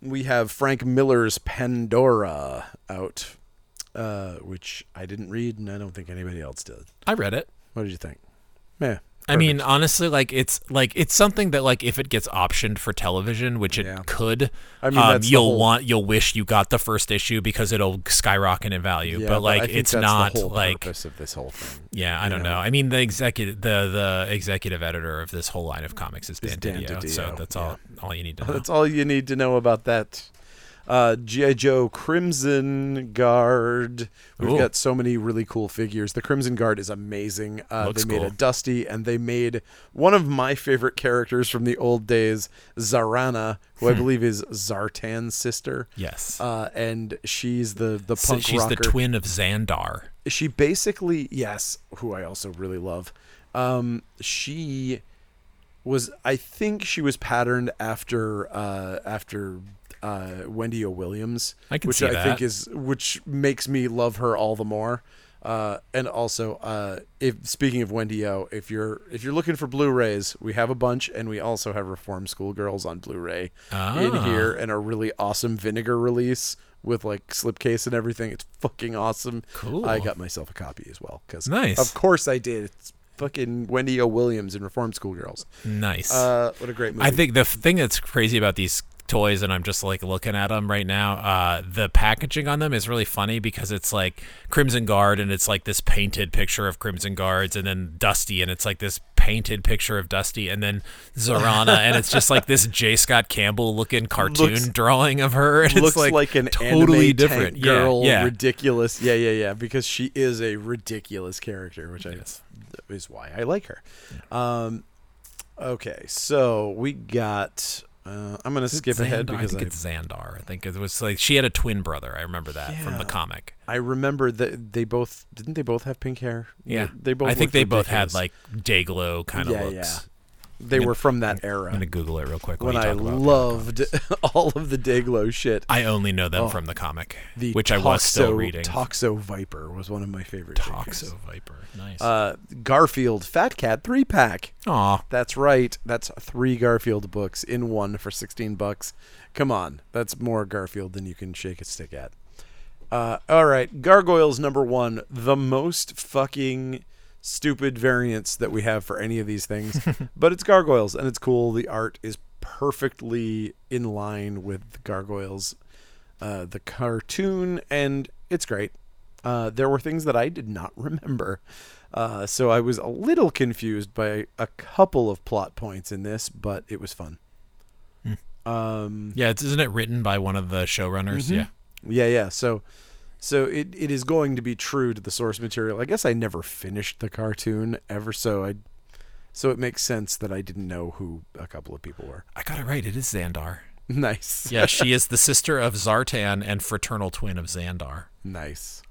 Speaker 1: We have Frank Miller's Pandora out, uh, which I didn't read, and I don't think anybody else did.
Speaker 2: I read it
Speaker 1: What did you think? Yeah.
Speaker 2: I mean, honestly, like it's like it's something that like if it gets optioned for television, which it
Speaker 1: Yeah.
Speaker 2: could,
Speaker 1: I mean,
Speaker 2: um,
Speaker 1: that's the
Speaker 2: you'll
Speaker 1: whole-
Speaker 2: want you'll wish you got the first issue because it'll skyrocket in value.
Speaker 1: Yeah,
Speaker 2: but like
Speaker 1: I think
Speaker 2: it's
Speaker 1: that's
Speaker 2: not
Speaker 1: the whole
Speaker 2: like
Speaker 1: purpose of this whole thing.
Speaker 2: yeah, I
Speaker 1: you
Speaker 2: don't
Speaker 1: know.
Speaker 2: know. I mean, the executive the the executive editor of this whole line of comics is Dan,
Speaker 1: Is Dan
Speaker 2: Didio, so
Speaker 1: Didio,
Speaker 2: that's all all you need to know.
Speaker 1: That's all you need to know about that. Uh, G.I. Joe Crimson Guard. We've
Speaker 2: Ooh.
Speaker 1: got so many really cool figures. The Crimson Guard is amazing. Uh,
Speaker 2: Looks
Speaker 1: they made
Speaker 2: cool.
Speaker 1: a Dusty, and they made one of my favorite characters from the old days, Zarana, who I believe is Zartan's sister.
Speaker 2: Hmm. Yes,
Speaker 1: Uh, and she's the the
Speaker 2: so
Speaker 1: punk
Speaker 2: she's
Speaker 1: rocker
Speaker 2: the twin of Xandar.
Speaker 1: she basically yes who i also really love um she was i think she was patterned after uh after uh wendy o williams
Speaker 2: I can
Speaker 1: which
Speaker 2: see
Speaker 1: i
Speaker 2: that.
Speaker 1: think is which makes me love her all the more uh and also uh if speaking of wendy o if you're if you're looking for blu-rays we have a bunch and we also have reform school girls on blu-ray in
Speaker 2: Ah.
Speaker 1: here and a really awesome vinegar release with like slipcase and everything it's fucking awesome
Speaker 2: Cool.
Speaker 1: I got myself a copy as well because
Speaker 2: Nice.
Speaker 1: of course I did. It's fucking Wendy O. Williams in Reform Schoolgirls.
Speaker 2: Ah, Nice.
Speaker 1: Uh, what a great movie!
Speaker 2: I think the f- thing that's crazy about these toys, and I'm just like looking at them right now. Uh, the packaging on them is really funny because it's like Crimson Guard, and it's like this painted picture of Crimson Guards, and then Dusty, and it's like this painted picture of Dusty, and then Zorana, and it's just like this J. Scott Campbell looking cartoon
Speaker 1: Looks-
Speaker 2: drawing of her. And
Speaker 1: looks
Speaker 2: it's like,
Speaker 1: like, an
Speaker 2: totally
Speaker 1: anime
Speaker 2: different
Speaker 1: tank girl,
Speaker 2: Yeah, yeah.
Speaker 1: ridiculous. Yeah, yeah, yeah. Because she is a ridiculous character, which I
Speaker 2: Yes.
Speaker 1: is why I like her. Um, okay, so we got. Uh, I'm gonna skip ahead
Speaker 2: Xandar-
Speaker 1: because
Speaker 2: I think it's Xandar. I think it was like she had a twin brother. I remember that from
Speaker 1: Yeah.
Speaker 2: the comic.
Speaker 1: I, I remember that they both didn't they both have pink hair.
Speaker 2: Yeah,
Speaker 1: they both.
Speaker 2: I think
Speaker 1: looked
Speaker 2: they both
Speaker 1: ridiculous.
Speaker 2: had like day glow kind of
Speaker 1: Yeah,
Speaker 2: looks.
Speaker 1: yeah. they were from that era.
Speaker 2: I'm gonna Google it real quick.
Speaker 1: when
Speaker 2: while you
Speaker 1: I
Speaker 2: talk about it.
Speaker 1: loved all of the Dayglow shit.
Speaker 2: I only know them
Speaker 1: Oh.
Speaker 2: from the comic,
Speaker 1: The
Speaker 2: which I was still
Speaker 1: Toxo-
Speaker 2: reading.
Speaker 1: Toxo Viper was one of my favorite.
Speaker 2: Toxo
Speaker 1: figures.
Speaker 2: Viper, nice.
Speaker 1: Uh, Garfield Fat Cat three pack.
Speaker 2: Aw,
Speaker 1: That's right. That's three Garfield books in one for sixteen bucks. Come on, that's more Garfield than you can shake a stick at. Uh, all right, Gargoyles number one, the most fucking stupid variants that we have for any of these things, but it's Gargoyles and it's cool. The art is perfectly in line with the Gargoyles, uh, the cartoon, and it's great. Uh, there were things that I did not remember, uh, so I was a little confused by a couple of plot points in this, but it was fun. Um,
Speaker 2: yeah, it's, isn't it written by one of the showrunners?
Speaker 1: Mm-hmm.
Speaker 2: Yeah,
Speaker 1: yeah, yeah. So, so it, it is going to be true to the source material. I guess I never finished the cartoon ever, so I, so it makes sense that I didn't know who a couple of people were.
Speaker 2: I got it right. It is Xandar.
Speaker 1: Nice,
Speaker 2: Yeah, she is the sister of Zartan and fraternal twin of Xandar.
Speaker 1: nice.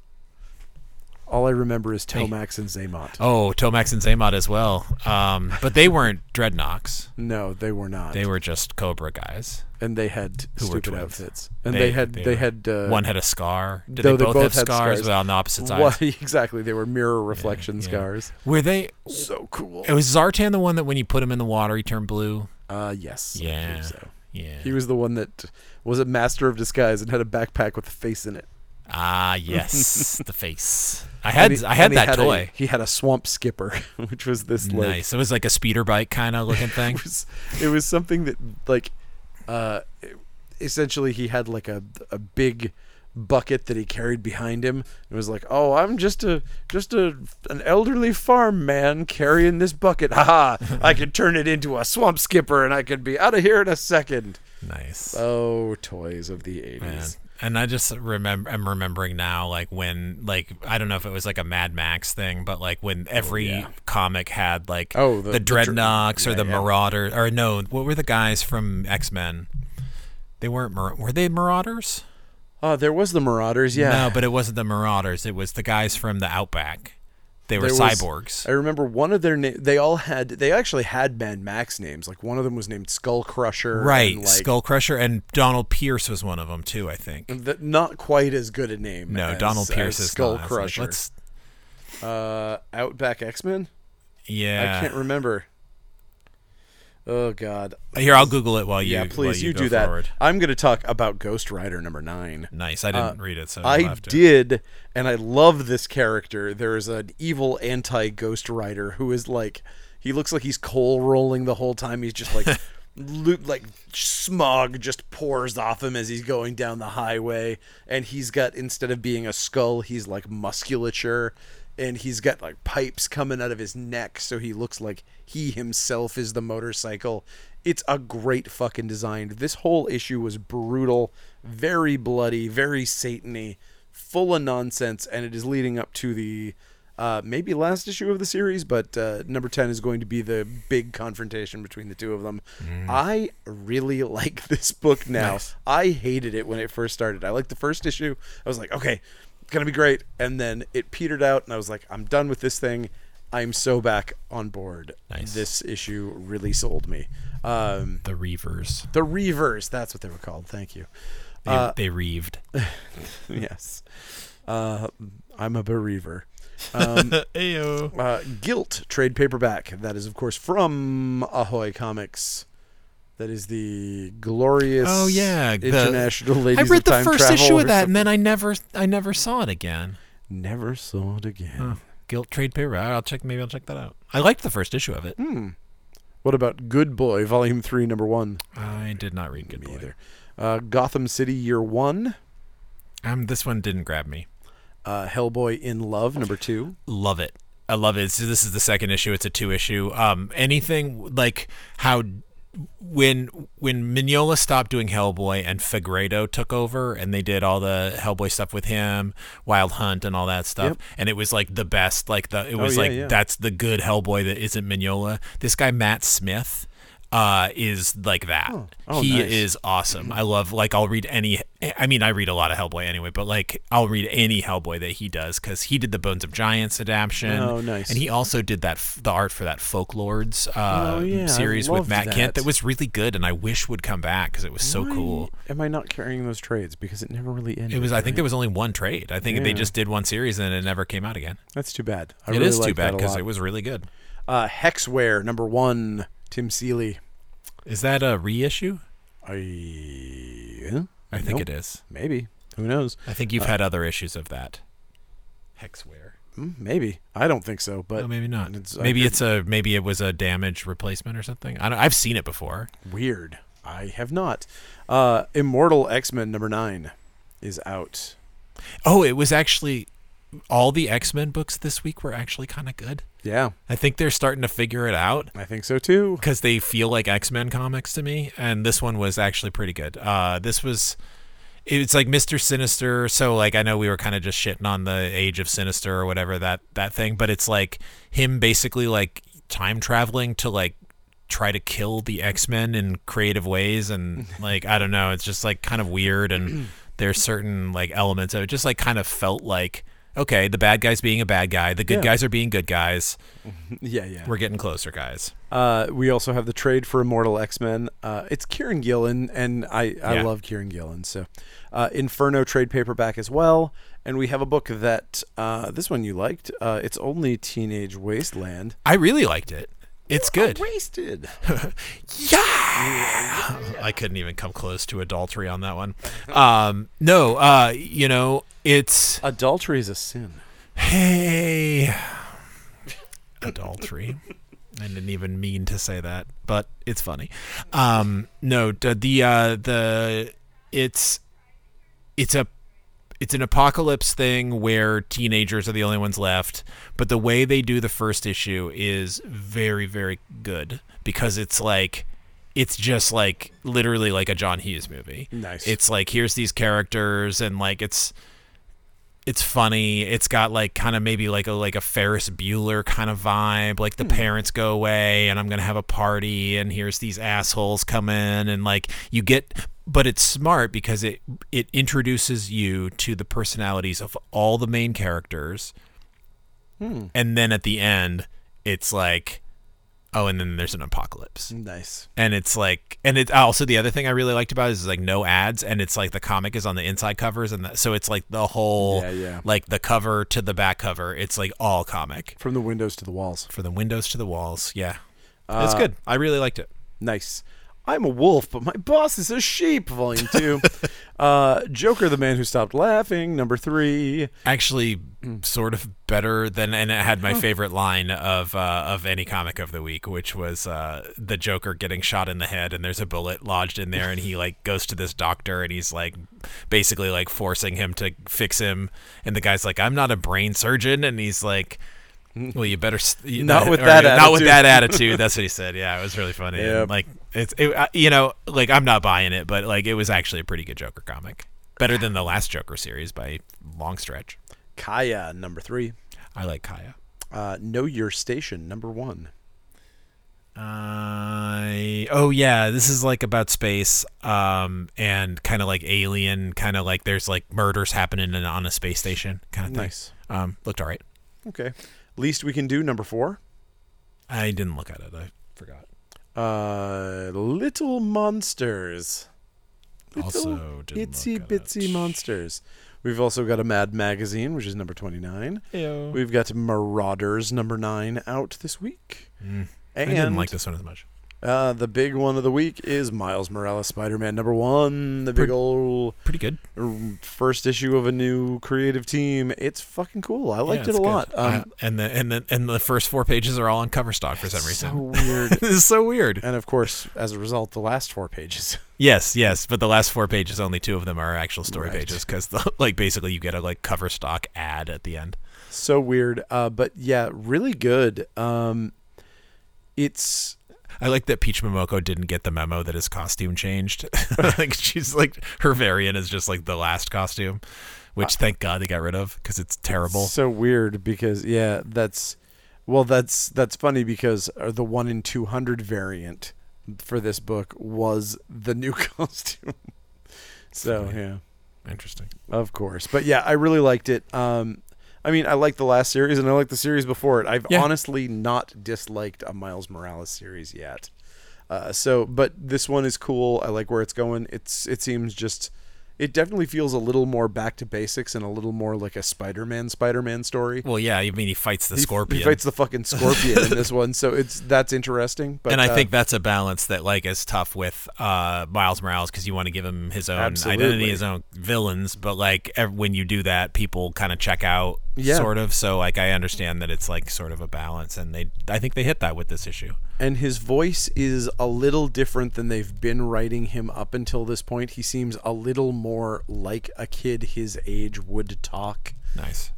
Speaker 1: All I remember is Tomax and Zaymont.
Speaker 2: Oh, Tomax and Zaymot as well. Um, but they weren't Dreadnoks.
Speaker 1: No, they were not.
Speaker 2: They were just Cobra guys.
Speaker 1: and they had
Speaker 2: who were
Speaker 1: stupid
Speaker 2: twins.
Speaker 1: outfits. And they, had they,
Speaker 2: were-
Speaker 1: had uh,
Speaker 2: one had a scar. Did
Speaker 1: though
Speaker 2: they,
Speaker 1: they
Speaker 2: both,
Speaker 1: both
Speaker 2: have
Speaker 1: had
Speaker 2: scars,
Speaker 1: scars.
Speaker 2: but on the opposite sides?
Speaker 1: what exactly? They were mirror reflection
Speaker 2: yeah.
Speaker 1: scars.
Speaker 2: Were they?
Speaker 1: So cool.
Speaker 2: It was Zartan the one that when you put him in the water he turned blue.
Speaker 1: Uh, yes. I
Speaker 2: Yeah.
Speaker 1: believe so.
Speaker 2: Yeah.
Speaker 1: He was the one that was a master of disguise and had a backpack with a face in it.
Speaker 2: ah, yes, the face. I
Speaker 1: And
Speaker 2: had
Speaker 1: he-
Speaker 2: I had
Speaker 1: and he
Speaker 2: that
Speaker 1: a-
Speaker 2: toy.
Speaker 1: he had a swamp skipper, which was this like
Speaker 2: nice. It was like a speeder bike kind of looking thing.
Speaker 1: it was it was something that like uh essentially he had like a a big bucket that he carried behind him and was like oh i'm just a just a an elderly farm man carrying this bucket haha i could turn it into a swamp skipper and i could be out of here in a second
Speaker 2: nice.
Speaker 1: oh toys of the 80s
Speaker 2: Man. And I just remember I'm remembering now like when like I don't know if it was like a Mad Max thing, but like when every
Speaker 1: Oh, yeah.
Speaker 2: comic had like
Speaker 1: Oh,
Speaker 2: the,
Speaker 1: the- the Dr-
Speaker 2: Dreadnoks or
Speaker 1: yeah,
Speaker 2: the
Speaker 1: yeah.
Speaker 2: Marauders or no, what were the guys from X Men? They weren't Mar- were they Marauders?
Speaker 1: oh there was the marauders yeah
Speaker 2: No, but it wasn't the Marauders. It was the guys from the Outback. They were
Speaker 1: There was-
Speaker 2: cyborgs.
Speaker 1: I remember one of their name. They all had. They actually had Mad Max names. Like one of them was named Skull Crusher.
Speaker 2: right,
Speaker 1: and, like,
Speaker 2: Skull Crusher and Donald Pierce was one of them too, I think.
Speaker 1: Th not quite as good a name.
Speaker 2: No,
Speaker 1: as-
Speaker 2: Donald
Speaker 1: as
Speaker 2: Pierce is
Speaker 1: Skull
Speaker 2: not. I was like,
Speaker 1: Crusher.
Speaker 2: Let's,
Speaker 1: uh, Outback X Men.
Speaker 2: yeah.
Speaker 1: I can't remember. Oh God!
Speaker 2: Here, I'll Google it while you
Speaker 1: yeah,
Speaker 2: while
Speaker 1: please you,
Speaker 2: go
Speaker 1: do that.
Speaker 2: forward.
Speaker 1: I'm going to talk about Ghost Rider number nine.
Speaker 2: Nice. I didn't read it, so
Speaker 1: Uh, I
Speaker 2: you'll have to.
Speaker 1: did, and I love this character. There is an evil anti Ghost Rider who is like, he looks like he's coal rolling the whole time. He's just like, lo- like smog just pours off him as he's going down the highway, and he's got instead of being a skull, he's like musculature, and he's got like pipes coming out of his neck, so he looks like he himself is the motorcycle. It's a great fucking design. This whole issue was brutal, very bloody, very satany, full of nonsense, and it is leading up to the uh, maybe last issue of the series, but uh, number 10 is going to be the big confrontation between the two of them. I really like this book now. I hated it when it first started. I liked the first issue. I was like, okay, it's going to be great. And then it petered out, and I was like, I'm done with this thing. I'm so back on board.
Speaker 2: Nice.
Speaker 1: This issue really sold me. Um,
Speaker 2: The Reavers.
Speaker 1: the Reavers, that's what they were called. Thank you. Uh,
Speaker 2: They, they reaved.
Speaker 1: yes. Uh, I'm a bereaver.
Speaker 2: Ayo.
Speaker 1: Uh, Guilt trade paperback. That is, of course, from Ahoy Comics. That is the glorious.
Speaker 2: Oh yeah. the-
Speaker 1: international
Speaker 2: I
Speaker 1: ladies.
Speaker 2: read
Speaker 1: of
Speaker 2: the
Speaker 1: time
Speaker 2: first
Speaker 1: travel
Speaker 2: issue
Speaker 1: or
Speaker 2: of that, and
Speaker 1: something.
Speaker 2: then I never, I never saw it again.
Speaker 1: Never saw it again.
Speaker 2: Guilt trade paper. I'll check. Maybe I'll check that out. I liked the first issue of it.
Speaker 1: Hmm. What about Good Boy Volume Three, Number One?
Speaker 2: I did not read Good
Speaker 1: Me
Speaker 2: Boy.
Speaker 1: either. Uh, Gotham City Year One.
Speaker 2: Um, this one didn't grab me.
Speaker 1: Uh, Hellboy in Love Number Two.
Speaker 2: love it. I love it. So this is the second issue. It's a two issue. Um, anything like how when when Mignola stopped doing Hellboy and Figredo took over and they did all the Hellboy stuff with him, Wild Hunt and all that stuff,
Speaker 1: Yep. Oh,
Speaker 2: and it was like the best. Like the it was
Speaker 1: yeah,
Speaker 2: like
Speaker 1: yeah.
Speaker 2: that's the good Hellboy that isn't Mignola. This guy Matt Smith uh is like that
Speaker 1: Oh,
Speaker 2: he
Speaker 1: nice.
Speaker 2: is
Speaker 1: Mm-hmm.
Speaker 2: awesome i love like i'll read any i mean i read a lot of hellboy anyway but like i'll read any hellboy that he does because he did the bones of giants adaptation
Speaker 1: Oh, nice.
Speaker 2: and he also did that f- the art for that folklords uh
Speaker 1: Oh, yeah, I
Speaker 2: series with
Speaker 1: loved
Speaker 2: matt kent
Speaker 1: that.
Speaker 2: that was really good and i wish would come back because it was so
Speaker 1: Why
Speaker 2: cool
Speaker 1: Am I not carrying those trades because it never really ended?
Speaker 2: it was i think
Speaker 1: right?
Speaker 2: there was only one trade i think they
Speaker 1: Yeah.
Speaker 2: just did one series and it never came out again
Speaker 1: that's too bad. I
Speaker 2: It is
Speaker 1: really
Speaker 2: too
Speaker 1: like
Speaker 2: bad
Speaker 1: because
Speaker 2: it was really good
Speaker 1: uh, Hexware Number One. Tim Seeley.
Speaker 2: is that a reissue
Speaker 1: I, yeah,
Speaker 2: i think
Speaker 1: Nope. Uh,
Speaker 2: it is
Speaker 1: eh, maybe. Who knows?
Speaker 2: i think you've had other issues of that hexware
Speaker 1: Mm, Maybe. I don't think so, but
Speaker 2: No, maybe not.
Speaker 1: it's- I
Speaker 2: maybe
Speaker 1: heard-
Speaker 2: it's uh, a maybe it was a damage replacement or something. I don't, I've seen it before.
Speaker 1: weird. I have not. Uh, Immortal X Men number nine is out.
Speaker 2: Oh, it was actually all the X Men books this week were actually kind of good.
Speaker 1: Yeah,
Speaker 2: I think they're starting to figure it out
Speaker 1: I think so too.
Speaker 2: because they feel like X Men comics to me. And this one was actually pretty good. Uh, this was. It's like Mr. Sinister, so like I know we were kind of just shitting on the Age of Sinister or whatever that that thing, but it's like him basically like time traveling to like try to kill the X-Men in creative ways and like I don't know, it's just like kind of weird and there's certain like elements of it just like kind of felt like okay, the bad guys being a bad guy, the good
Speaker 1: Yeah.
Speaker 2: guys are being good guys.
Speaker 1: Yeah, yeah.
Speaker 2: We're getting closer, guys.
Speaker 1: Uh, we also have the trade for Immortal X Men. Uh, it's Kieran Gillen, and I, I
Speaker 2: Yeah.
Speaker 1: love Kieran Gillen. So, uh, Inferno trade paperback as well. And we have a book that uh, this one you liked. Uh, it's only Teenage Wasteland.
Speaker 2: I really liked it. It's good.
Speaker 1: Wasted.
Speaker 2: Yeah. I couldn't even come close to adultery on that one. Um, no, uh, you know, it's
Speaker 1: Adultery is a sin.
Speaker 2: hey adultery. I didn't even mean to say that, but it's funny. Um, no, d- the uh, the it's it's a it's an apocalypse thing where teenagers are the only ones left, but the way they do the first issue is very very good because it's like it's just like literally like a John Hughes movie.
Speaker 1: Nice.
Speaker 2: It's like here's these characters and like it's it's funny. It's got like kind of maybe like a like a Ferris Bueller kind of vibe. Like the parents go away and I'm gonna have a party and here's these assholes come in and like you get but it's smart because it it introduces you to the personalities of all the main characters. And then at the end, it's like oh and then there's an apocalypse
Speaker 1: Nice.
Speaker 2: and it's like and it also the other thing i really liked about it is like no ads and it's like the comic is on the inside covers and the, so it's like the whole
Speaker 1: Yeah, yeah.
Speaker 2: like the cover to the back cover it's like all comic
Speaker 1: From the windows to the walls.
Speaker 2: for the windows to the walls yeah it's
Speaker 1: Uh,
Speaker 2: good i really liked it
Speaker 1: Nice. I'm a wolf, but my boss is a sheep. Volume two. uh, Joker, the man who stopped laughing. Number three.
Speaker 2: actually
Speaker 1: Mm.
Speaker 2: sort of better than and it had my favorite line of uh, of any comic of the week which was uh, the joker getting shot in the head and there's a bullet lodged in there and he like goes to this doctor and he's like basically like forcing him to fix him and the guy's like I'm not a brain surgeon and he's like well you better s- you-
Speaker 1: Not with
Speaker 2: or,
Speaker 1: that
Speaker 2: uh, not with
Speaker 1: attitude.
Speaker 2: that attitude that's what he said yeah it was really funny And,
Speaker 1: Yep.
Speaker 2: like it's it, I- you know like I'm not buying it but like it was actually a pretty good joker comic better than the last joker series by a long stretch
Speaker 1: Kaya, number three.
Speaker 2: I like Kaya.
Speaker 1: Uh, know your station. Number one.
Speaker 2: I oh yeah, this is like about space, um, and kind of like alien, kind of like there's like murders happening in, on a space station, kind of thing.
Speaker 1: Nice.
Speaker 2: Um, looked all right.
Speaker 1: Okay. Least we can do. Number four.
Speaker 2: I didn't look at it. I forgot.
Speaker 1: Uh, little monsters.
Speaker 2: also, didn't
Speaker 1: itsy
Speaker 2: look at
Speaker 1: bitsy monsters. We've also got a Mad Magazine, which is number twenty nine.
Speaker 2: It. Ew.
Speaker 1: We've got Marauders number nine out this week.
Speaker 2: Mm. I
Speaker 1: And
Speaker 2: didn't like this one as much.
Speaker 1: Uh, the big one of the week is Miles Morales Spider Man number one. The big
Speaker 2: Pre-
Speaker 1: ol'
Speaker 2: Pretty good.
Speaker 1: old first issue of a new creative team. It's fucking cool. I liked
Speaker 2: Yeah,
Speaker 1: it
Speaker 2: it's
Speaker 1: a
Speaker 2: good.
Speaker 1: lot. Um,
Speaker 2: Uh, and the and the and the first four pages are all on cover stock for some reason.
Speaker 1: So weird.
Speaker 2: this is so weird.
Speaker 1: and of course, as a result, the last four pages.
Speaker 2: Yes, yes, but the last four pages, only two of them are actual story
Speaker 1: Right.
Speaker 2: pages 'cause pages because, like, basically you get a like cover stock ad at the end.
Speaker 1: so weird. Uh, but yeah, really good. Um, it's
Speaker 2: I like that Peach Momoko didn't get the memo that his costume changed. like, she's like her variant is just like the last costume, which
Speaker 1: Uh,
Speaker 2: thank God they got rid of because it's terrible.
Speaker 1: so weird because yeah, that's well, that's that's funny because uh, the one in two hundred variant for this book was the new costume. so
Speaker 2: Funny.
Speaker 1: yeah.
Speaker 2: Interesting.
Speaker 1: Of course. But yeah, I really liked it. Um I mean, I liked the last series and I liked the series before it. I've
Speaker 2: Yeah.
Speaker 1: honestly not disliked a Miles Morales series yet. Uh, so, but this one is cool. I like where it's going. It's it seems just it definitely feels a little more back to basics and a little more like a Spider-Man Spider-Man story.
Speaker 2: Well, yeah, I mean, he fights the
Speaker 1: He-
Speaker 2: scorpion.
Speaker 1: He fights the fucking scorpion in this one, so it's that's interesting. But
Speaker 2: and I
Speaker 1: uh,
Speaker 2: think that's a balance that like is tough with uh, Miles Morales because you want to give him his own
Speaker 1: Absolutely.
Speaker 2: identity, his own villains, but like ev- when you do that, people kind of check out,
Speaker 1: Yeah.
Speaker 2: sort of. So like I understand that it's like sort of a balance, and they I think they hit that with this issue.
Speaker 1: and his voice is a little different than they've been writing him up until this point. He seems a little more like a kid his age would talk
Speaker 2: Nice.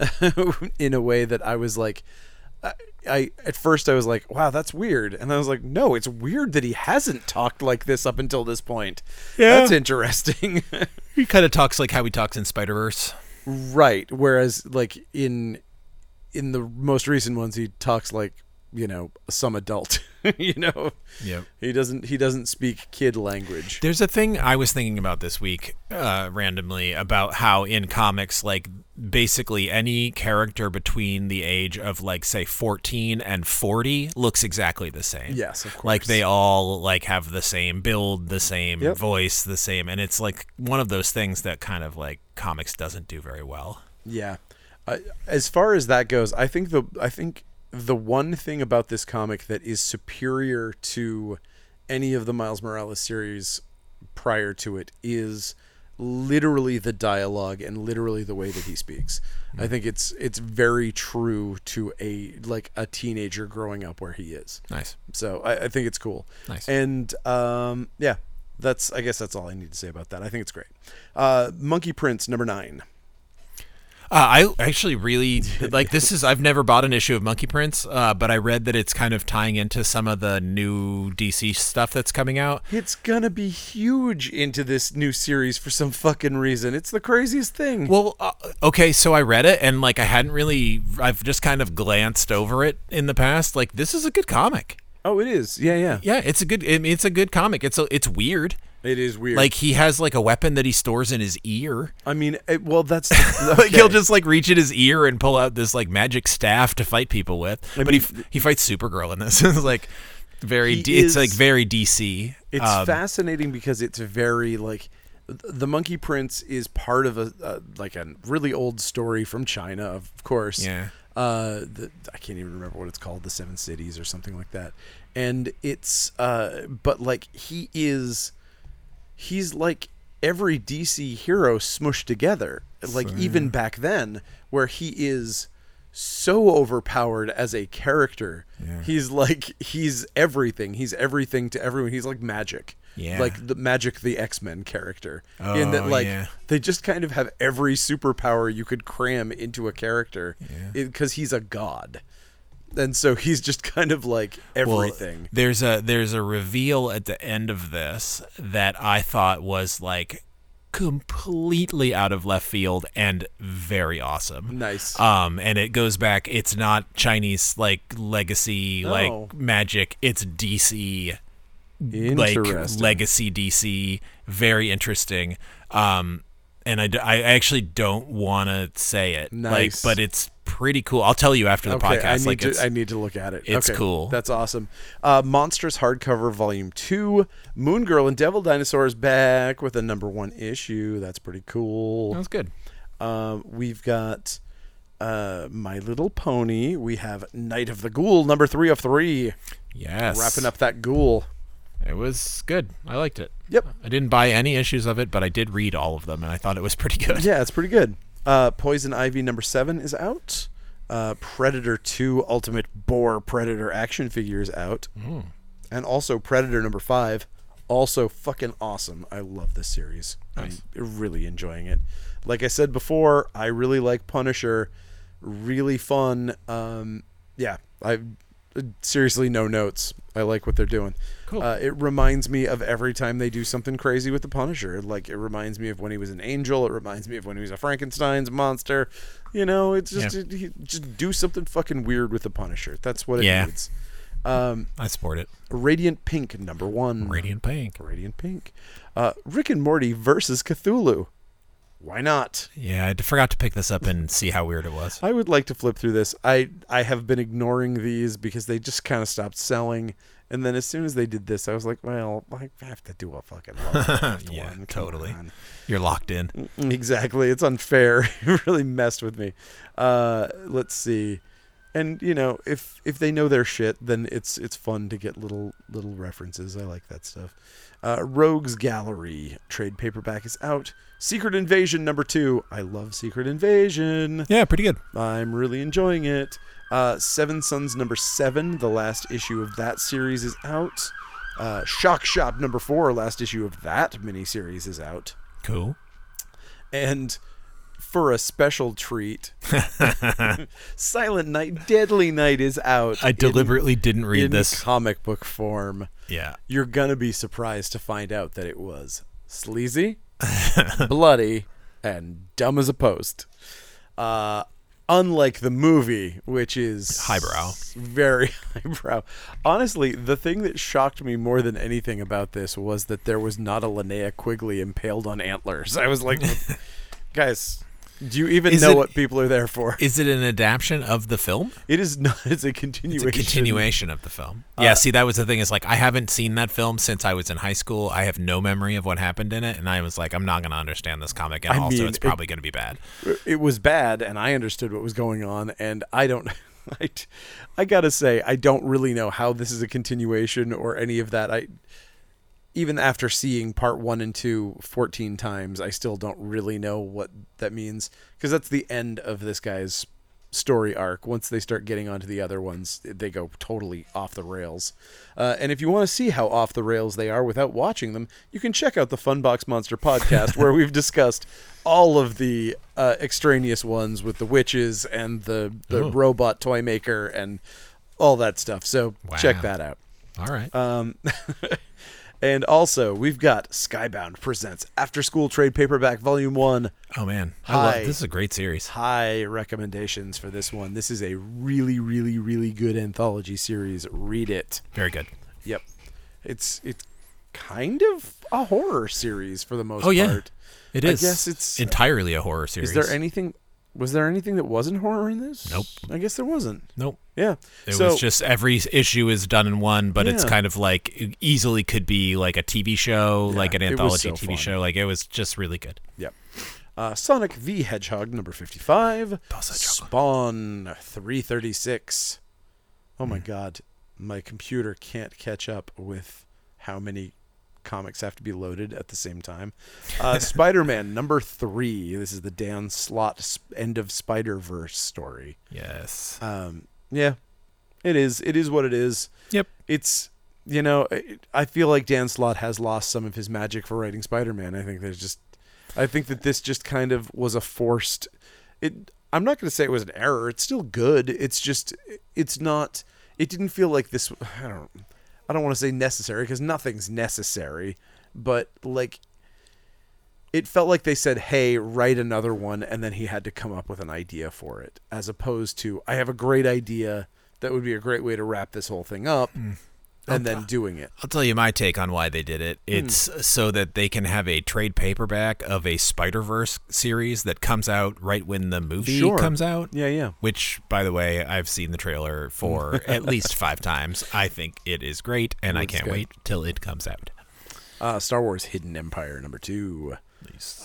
Speaker 1: in a way that I was like I, I at first I was like, "Wow, that's weird." And I was like, "No, it's weird that he hasn't talked like this up until this point."
Speaker 2: Yeah.
Speaker 1: That's interesting.
Speaker 2: he kind of talks like how he talks in Spider Verse.
Speaker 1: right, whereas like in in the most recent ones he talks like, you know, some adult, you know.
Speaker 2: Yep.
Speaker 1: He doesn't he doesn't speak kid language.
Speaker 2: There's a thing I was thinking about this week, uh, randomly, about how in comics, like basically any character between the age of like say 14 and 40 looks exactly the same.
Speaker 1: Yes, of course.
Speaker 2: Like they all like have the same build, the same
Speaker 1: Yep.
Speaker 2: voice, the same and it's like one of those things that kind of like comics doesn't do very well.
Speaker 1: Yeah. I as far as that goes, I think the I think the one thing about this comic that is superior to any of the Miles Morales series prior to it is literally the dialogue and literally the way that he speaks. I think it's it's very true to a like a teenager growing up where he is.
Speaker 2: Nice.
Speaker 1: So I, I think it's cool.
Speaker 2: Nice.
Speaker 1: And um, yeah, that's I guess that's all I need to say about that. I think it's great. Uh, Monkey Prince number nine.
Speaker 2: Uh, I actually really like this. Is I've never bought an issue of Monkey Prince, uh, but I read that it's kind of tying into some of the new DC stuff that's coming out.
Speaker 1: It's gonna be huge into this new series for some fucking reason. It's the craziest thing.
Speaker 2: Well, uh, okay, so I read it and like I hadn't really. I've just kind of glanced over it in the past. Like this is a good comic.
Speaker 1: oh, it is. Yeah, yeah.
Speaker 2: Yeah, it's a good. I mean, it's a good comic. It's a, it's weird.
Speaker 1: It is weird.
Speaker 2: Like he has like a weapon that he stores in his ear.
Speaker 1: I mean, it, well, that's
Speaker 2: Like he'll
Speaker 1: okay.
Speaker 2: just like reach in his ear and pull out this like magic staff to fight people with. but he f- he fights Supergirl in this. it's like very
Speaker 1: He
Speaker 2: D- it's like
Speaker 1: is-
Speaker 2: very DC.
Speaker 1: It's
Speaker 2: Um,
Speaker 1: fascinating because it's very like th- the Monkey Prince is part of a, a like a really old story from China, of course.
Speaker 2: Yeah.
Speaker 1: Uh, the, I can't even remember what it's called, the Seven Cities or something like that. And it's uh, but like he is, he's like every DC hero smushed together. Like even back then, where he is so overpowered as a character. He's like he's everything. He's everything to everyone. He's like magic.
Speaker 2: Yeah.
Speaker 1: Like the magic the X-Men character. in that
Speaker 2: Oh,
Speaker 1: like
Speaker 2: yeah.
Speaker 1: they just kind of have every superpower you could cram into a character because he's a god. And so he's just kind of like
Speaker 2: well,
Speaker 1: everything.
Speaker 2: there's a there's a reveal at the end of this that I thought was like completely out of left field and very awesome.
Speaker 1: nice.
Speaker 2: Um, and it goes back. It's not Chinese like legacy
Speaker 1: Oh.
Speaker 2: like magic. It's DC like
Speaker 1: Interesting.
Speaker 2: legacy DC. Very interesting. Um, and I, d- I actually don't want to say it.
Speaker 1: Nice.
Speaker 2: Like, but it's pretty cool. I'll tell you after the podcast.
Speaker 1: I need,
Speaker 2: like,
Speaker 1: to,
Speaker 2: it's,
Speaker 1: I need to look at it.
Speaker 2: it's
Speaker 1: Okay,
Speaker 2: cool.
Speaker 1: That's awesome. Uh, Monstrous Hardcover Volume 2. Moon Girl and Devil Dinosaurs back with a number one issue. That's pretty cool.
Speaker 2: that's good.
Speaker 1: Um, we've got uh, My Little Pony. We have Night of the Ghoul, number three of three.
Speaker 2: Yes.
Speaker 1: Wrapping up that ghoul.
Speaker 2: It was good. I liked it.
Speaker 1: Yep.
Speaker 2: I didn't buy any issues of it, but I did read all of them, and I thought it was pretty good.
Speaker 1: Yeah, it's pretty good. Uh, Poison Ivy number seven is out. Uh, Predator 2 Ultimate Boar Predator action figure is out. And also Predator number five. Also fucking awesome. I love this series. I'm really enjoying it. Like I said before, I really like Punisher. Really fun. Um, yeah, I seriously no notes. I like what they're doing.
Speaker 2: Cool.
Speaker 1: Uh, it reminds me of every time they do something crazy with the Punisher. Like it reminds me of when he was an angel. It reminds me of when he was a Frankenstein's monster. You know, it's just
Speaker 2: Yeah.
Speaker 1: it- he- just do something fucking weird with the Punisher. That's what it
Speaker 2: Yeah.
Speaker 1: needs.
Speaker 2: I support it.
Speaker 1: Radiant Pink number one.
Speaker 2: Radiant Pink.
Speaker 1: Radiant Pink. Uh, Rick and Morty versus Cthulhu. Why not?
Speaker 2: Yeah, I d- forgot to pick this up and see how weird it was.
Speaker 1: I would like to flip through this. I I have been ignoring these because they just kind of stopped selling. And then as soon as they did this, I was like, well, I have to do a fucking Lovecraft
Speaker 2: Yeah,
Speaker 1: one. Come
Speaker 2: totally.
Speaker 1: on.
Speaker 2: You're locked in.
Speaker 1: Exactly. It's unfair. it really messed with me. Uh, let's see. And you know, if if they know their shit, then it's it's fun to get little little references. I like that stuff. Uh, Rogues Gallery trade paperback is out. Secret Invasion number two. I love Secret Invasion.
Speaker 2: Yeah, pretty good.
Speaker 1: I'm really enjoying it. Uh, Seven Sons number seven, the last issue of that series is out. Uh, Shock Shop number four, last issue of that miniseries is out.
Speaker 2: Cool.
Speaker 1: And for a special treat, Silent Night, Deadly Night is out.
Speaker 2: I
Speaker 1: in-
Speaker 2: deliberately didn't read
Speaker 1: in
Speaker 2: this.
Speaker 1: comic book form.
Speaker 2: yeah.
Speaker 1: You're gonna be surprised to find out that it was sleazy, bloody, and dumb as a post. Uh, unlike the movie, which is
Speaker 2: Highbrow.
Speaker 1: very highbrow. Honestly, the thing that shocked me more than anything about this was that there was not a Linnea Quigley impaled on antlers. I was like, guys, Do you even
Speaker 2: Is
Speaker 1: know
Speaker 2: it-
Speaker 1: what people are there for?
Speaker 2: Is it an adaptation of the film?
Speaker 1: It is not. It's a continuation.
Speaker 2: It's a continuation of the film. yeah, see, that was the thing. Is like I haven't seen that film since I was in high school. I have no memory of what happened in it, and I was like, I'm not going to understand this comic, and
Speaker 1: I
Speaker 2: also
Speaker 1: mean,
Speaker 2: it's
Speaker 1: it-
Speaker 2: probably going to be bad.
Speaker 1: It was bad, and I understood what was going on, and I don't. I, t- I gotta say, I don't really know how this is a continuation or any of that. I even after seeing part one and two 14 times, I still don't really know what that means because that's the end of this guy's story arc. Once they start getting onto the other ones, they go totally off the rails. Uh, and if you want to see how off the rails they are without watching them, you can check out the Funbox Monster podcast where we've discussed all of the uh, extraneous ones with the witches and the, the robot toy maker and all that stuff. So check
Speaker 2: Wow.
Speaker 1: that out.
Speaker 2: All right.
Speaker 1: Um, and also, we've got Skybound Presents After School Trade Paperback Volume 1.
Speaker 2: oh man, I love,
Speaker 1: hi.
Speaker 2: this is a great series.
Speaker 1: High recommendations for this one. This is a really, really, really good anthology series. Read it.
Speaker 2: Very good.
Speaker 1: Yep. It's it's kind of a horror series for the most
Speaker 2: Oh, yeah.
Speaker 1: part.
Speaker 2: It
Speaker 1: I
Speaker 2: is.
Speaker 1: guess it's- uh,
Speaker 2: entirely a horror series.
Speaker 1: Is there anything was there anything that wasn't horror in this?
Speaker 2: Nope.
Speaker 1: I guess there wasn't.
Speaker 2: Nope.
Speaker 1: Yeah.
Speaker 2: It
Speaker 1: so,
Speaker 2: was just every issue is done in one, but it's
Speaker 1: Yeah.
Speaker 2: kind of like it easily could be like a TV show, like an
Speaker 1: it was
Speaker 2: anthology
Speaker 1: so
Speaker 2: TV
Speaker 1: fun.
Speaker 2: show. Like it was just really good.
Speaker 1: Yep. Uh, Sonic the Hedgehog number 55.
Speaker 2: Bossa Chocla.
Speaker 1: Spawn 336. Oh my god. My computer can't catch up with how many comics have to be loaded at the same time. Uh, Spider Man number 3. This is the Dan Slott sp- end of Spider Verse story.
Speaker 2: Yes.
Speaker 1: Um, yeah. It is. It is what it is
Speaker 2: Yep.
Speaker 1: it's you know I- I feel like Dan Slott has lost some of his magic for writing Spider-Man. I think there's just I think that this just kind of was a forced it I'm not going to say it was an error. It's still good. It's just it's not it didn't feel like this I don't I don't want to say necessary cuz nothing's necessary, but like it felt like they said, "Hey, write another one," and then he had to come up with an idea for it, as opposed to, "I have a great idea that would be a great way to wrap this whole thing up," and then doing it.
Speaker 2: I'll tell you my take on why they did it.
Speaker 1: Hmm.
Speaker 2: It's so that they can have a trade paperback of a Spider Verse series that comes out right when the movie
Speaker 1: Sure.
Speaker 2: comes out.
Speaker 1: Yeah, yeah.
Speaker 2: Which, by the way, I've seen the trailer for at least five times. I think it is great, and I
Speaker 1: Looks
Speaker 2: can't
Speaker 1: good.
Speaker 2: wait till it comes out.
Speaker 1: Uh, Star Wars: Hidden Empire number two.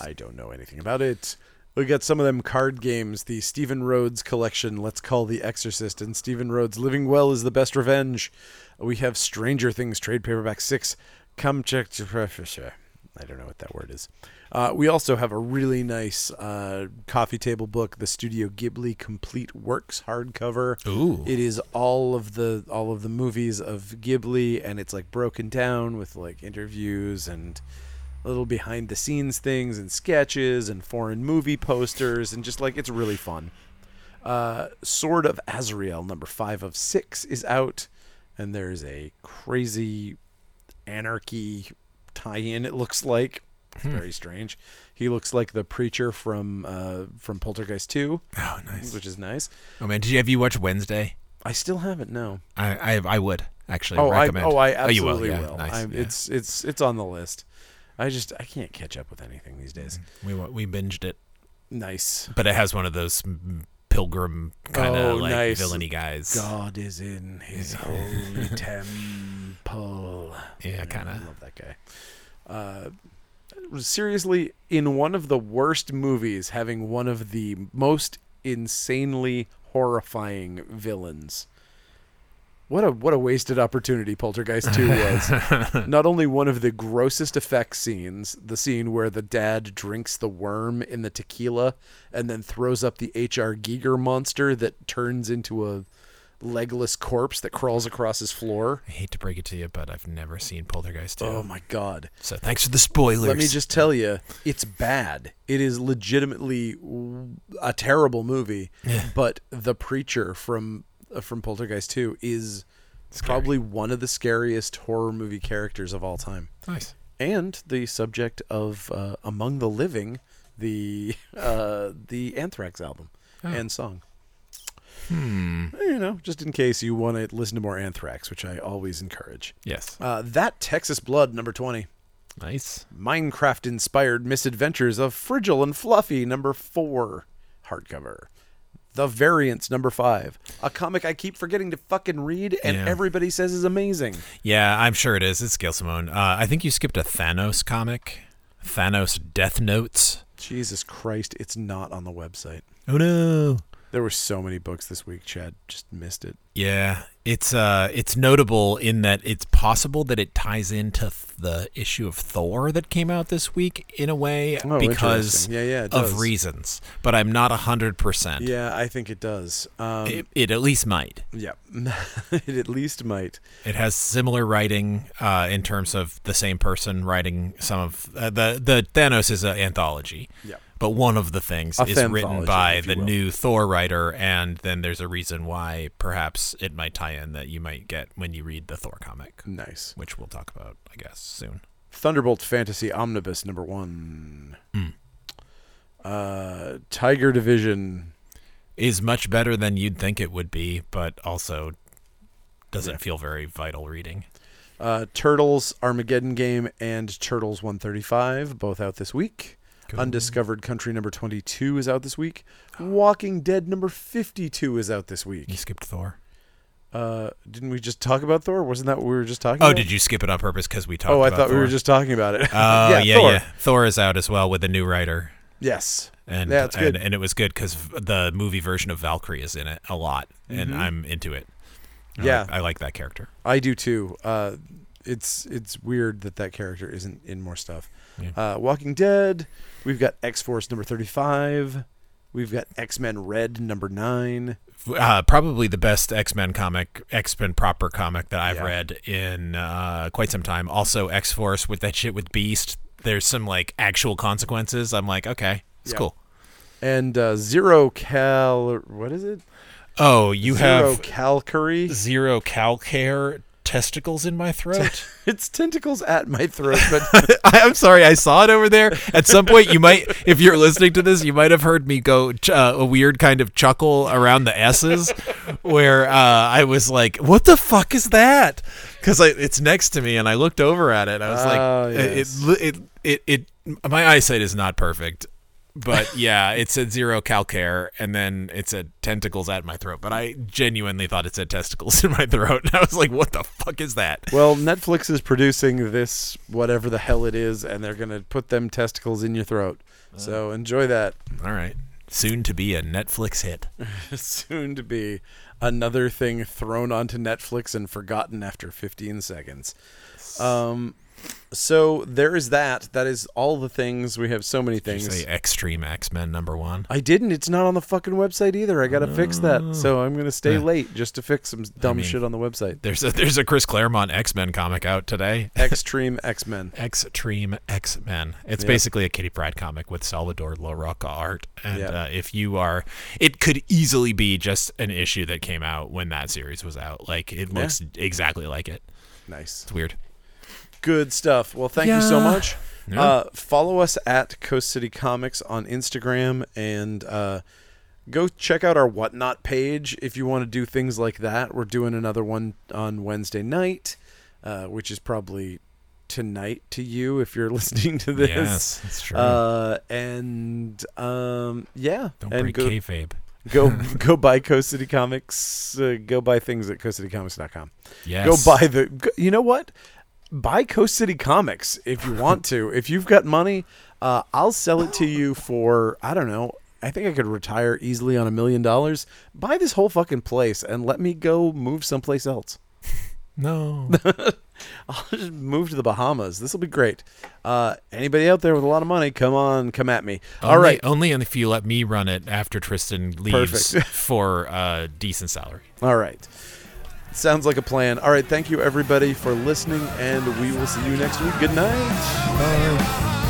Speaker 1: I don't know anything about it. We got some of them card games. The Stephen Rhodes collection. Let's call The Exorcist and Stephen Rhodes. Living Well is the best revenge. We have Stranger Things trade paperback six. Come check. I don't know what that word is. Uh, we also have a really nice uh, coffee table book, the Studio Ghibli Complete Works hardcover.
Speaker 2: Ooh.
Speaker 1: It is all of the all of the movies of Ghibli, and it's like broken down with like interviews and little behind the scenes things and sketches and foreign movie posters and just like it's really fun. Uh, Sword of Azrael number five of six is out, and there's a crazy anarchy tie-in. It looks like it's very strange. He looks like the preacher from uh, from Poltergeist Two,
Speaker 2: Oh, nice.
Speaker 1: which is nice.
Speaker 2: Oh man, did you have you watched Wednesday?
Speaker 1: I still haven't. No.
Speaker 2: I I, I would actually
Speaker 1: Oh, I,
Speaker 2: recommend.
Speaker 1: oh, I
Speaker 2: you will,
Speaker 1: absolutely
Speaker 2: yeah,
Speaker 1: will.
Speaker 2: nice,
Speaker 1: I'm,
Speaker 2: yeah.
Speaker 1: It's it's it's on the list. I just I can't catch up with anything these days.
Speaker 2: we wa- we binged it,
Speaker 1: Nice.
Speaker 2: but it has one of those mm, pilgrim kind of
Speaker 1: Oh,
Speaker 2: like
Speaker 1: nice.
Speaker 2: villainy guys.
Speaker 1: God is in His holy temple.
Speaker 2: Yeah, kind
Speaker 1: I
Speaker 2: of.
Speaker 1: love that guy. Uh, seriously, in one of the worst movies, having one of the most insanely horrifying villains. What a what a wasted opportunity Poltergeist 2 was. Not only one of the grossest effect scenes, the scene where the dad drinks the worm in the tequila and then throws up the HR Giger monster that turns into a legless corpse that crawls across his floor.
Speaker 2: I hate to break it to you, but I've never seen Poltergeist 2.
Speaker 1: Oh my god.
Speaker 2: so thanks for the spoilers.
Speaker 1: Let me just tell you, it's bad. It is legitimately w- a terrible movie. But the preacher from uh, from Poltergeist Two is probably one of the scariest horror movie characters of all time,
Speaker 2: Nice.
Speaker 1: and the subject of uh, Among the Living, the uh, the Anthrax album and song. Hmm. You know, just in case you want to listen to more Anthrax, which I always encourage.
Speaker 2: Yes.
Speaker 1: Uh, that Texas Blood number twenty.
Speaker 2: Nice.
Speaker 1: Minecraft inspired misadventures of Frigil and Fluffy, number four, hardcover. The Variants, number five, a comic I keep forgetting to fucking read and
Speaker 2: Yeah.
Speaker 1: everybody says is amazing.
Speaker 2: Yeah, I'm sure it is. It's Gail Simone. Uh, I think you skipped a Thanos comic. Thanos Death Notes.
Speaker 1: Jesus Christ, it's not on the website.
Speaker 2: Oh no.
Speaker 1: There were so many books this week, Chad just missed it.
Speaker 2: Yeah, it's uh, it's notable in that it's possible that it ties into th- the issue of Thor that came out this week in a way
Speaker 1: Oh,
Speaker 2: because
Speaker 1: interesting. Yeah, yeah, it does.
Speaker 2: of reasons. But I'm not hundred percent.
Speaker 1: Yeah, I think it does. Um,
Speaker 2: It, it at least might.
Speaker 1: yeah, it at least might.
Speaker 2: It has similar writing uh, in terms of the same person writing some of uh, the the Thanos is an anthology.
Speaker 1: Yeah.
Speaker 2: But one of the things
Speaker 1: A
Speaker 2: is written
Speaker 1: fanthology,
Speaker 2: by
Speaker 1: if you
Speaker 2: the
Speaker 1: will.
Speaker 2: new Thor writer, and then there's a reason why perhaps it might tie in that you might get when you read the Thor comic,
Speaker 1: Nice.
Speaker 2: which we'll talk about, I guess, soon.
Speaker 1: Thunderbolt Fantasy Omnibus number one.
Speaker 2: Hmm.
Speaker 1: Uh, Tiger Division.
Speaker 2: Is much better than you'd think it would be, but also doesn't feel very vital reading.
Speaker 1: Uh, Turtles Armageddon Game and Turtles 135, both out this week.
Speaker 2: Cool.
Speaker 1: Undiscovered Country number 22 is out this week. Walking Dead number 52 is out this
Speaker 2: You
Speaker 1: week.
Speaker 2: skipped Thor.
Speaker 1: Uh, didn't we just talk about Thor? Wasn't that what we were just talking
Speaker 2: Oh,
Speaker 1: about?
Speaker 2: did you skip it on purpose because we talked?
Speaker 1: Oh, I
Speaker 2: about
Speaker 1: thought we
Speaker 2: Thor?
Speaker 1: were just talking about it.
Speaker 2: Oh, yeah, yeah
Speaker 1: Thor.
Speaker 2: Thor is out as well with a new writer.
Speaker 1: Yes.
Speaker 2: and
Speaker 1: Yeah, it's good.
Speaker 2: and, and it was good because the movie version of Valkyrie is in it a lot, and I'm into it. I
Speaker 1: Mm-hmm. Yeah.
Speaker 2: like, I like that character.
Speaker 1: I do too. Uh, it's it's weird that that character isn't in more stuff.
Speaker 2: Yeah.
Speaker 1: Uh, Walking Dead. We've got X Force number thirty five. We've got X Men Red number nine.
Speaker 2: Uh, probably the best X Men comic, X Men proper comic that I've
Speaker 1: Yeah.
Speaker 2: read in uh, quite some time. Also, X Force with that shit with Beast. There's some like actual consequences. I'm like, okay, it's
Speaker 1: Yeah.
Speaker 2: cool.
Speaker 1: And uh, Zero Cal. What is it?
Speaker 2: Oh, you
Speaker 1: Zero
Speaker 2: have
Speaker 1: Calcary.
Speaker 2: zero calcaire testicles in my throat.
Speaker 1: It's tentacles at my throat, but
Speaker 2: I, I'm sorry, I saw it over there. At some point, you might, if you're listening to this, you might have heard me go ch- uh, a weird kind of chuckle around the S's, where uh, I was like, "What the fuck is that?" Because it's next to me, and I looked over at it. I was
Speaker 1: Ah,
Speaker 2: like, it-
Speaker 1: yes.
Speaker 2: it, "It, it, it, my eyesight is not perfect." But yeah, it said zero calcare, and then it said tentacles at my throat. But I genuinely thought it said testicles in my throat, and I was like, "What the fuck is that?"
Speaker 1: well, Netflix is producing this whatever the hell it is, and they're gonna put them testicles in your throat. So
Speaker 2: Uh.
Speaker 1: enjoy that.
Speaker 2: All right, soon to be a Netflix hit.
Speaker 1: soon to be another thing thrown onto Netflix and forgotten after 15 seconds. Um, so there is that. That is all the things. We have so many
Speaker 2: You
Speaker 1: things.
Speaker 2: say Extreme X Men number one.
Speaker 1: I didn't. It's not on the fucking website either. I gotta fix that. So I'm gonna stay
Speaker 2: Yeah.
Speaker 1: late just to fix some dumb
Speaker 2: Ah. mean-
Speaker 1: shit on the website.
Speaker 2: There's a there's a Chris Claremont X Men comic out today.
Speaker 1: Extreme X Men.
Speaker 2: Extreme X Men. It's
Speaker 1: Yeah.
Speaker 2: basically a Kitty Pride comic with Salvador LaRocca art, and
Speaker 1: Yeah.
Speaker 2: uh, if you are, it could easily be just an issue that came out when that series was out. Like it
Speaker 1: Yeah.
Speaker 2: looks exactly like it.
Speaker 1: Nice.
Speaker 2: It's weird.
Speaker 1: Good stuff. Well, thank you so
Speaker 2: Yeah.
Speaker 1: much.
Speaker 2: Yeah.
Speaker 1: Uh, follow us at Coast City Comics on Instagram and uh, go check out our Whatnot page if you want to do things like that. We're doing another one on Wednesday night, uh, which is probably tonight to you if you're listening to this.
Speaker 2: Yes, that's true.
Speaker 1: Uh, and um, yeah,
Speaker 2: Don't
Speaker 1: and
Speaker 2: break
Speaker 1: go
Speaker 2: kayfabe.
Speaker 1: go go buy Coast City Comics. Uh, go buy things at coastcitycomics.com
Speaker 2: Yes.
Speaker 1: go buy the go- you know what buy coast city comics if you want to if you've got money uh, i'll sell it to you for i don't know i think i could retire easily on a million dollars buy this whole fucking place and let me go move someplace else
Speaker 2: No.
Speaker 1: i'll just move to the bahamas this will be great uh, anybody out there with a lot of money come on come at me all right
Speaker 2: Only, only if you let me run it after Tristan leaves
Speaker 1: Perfect.
Speaker 2: for a decent salary.
Speaker 1: all right sounds like a plan all right thank you everybody for listening and we will see you next week good night
Speaker 2: Bye.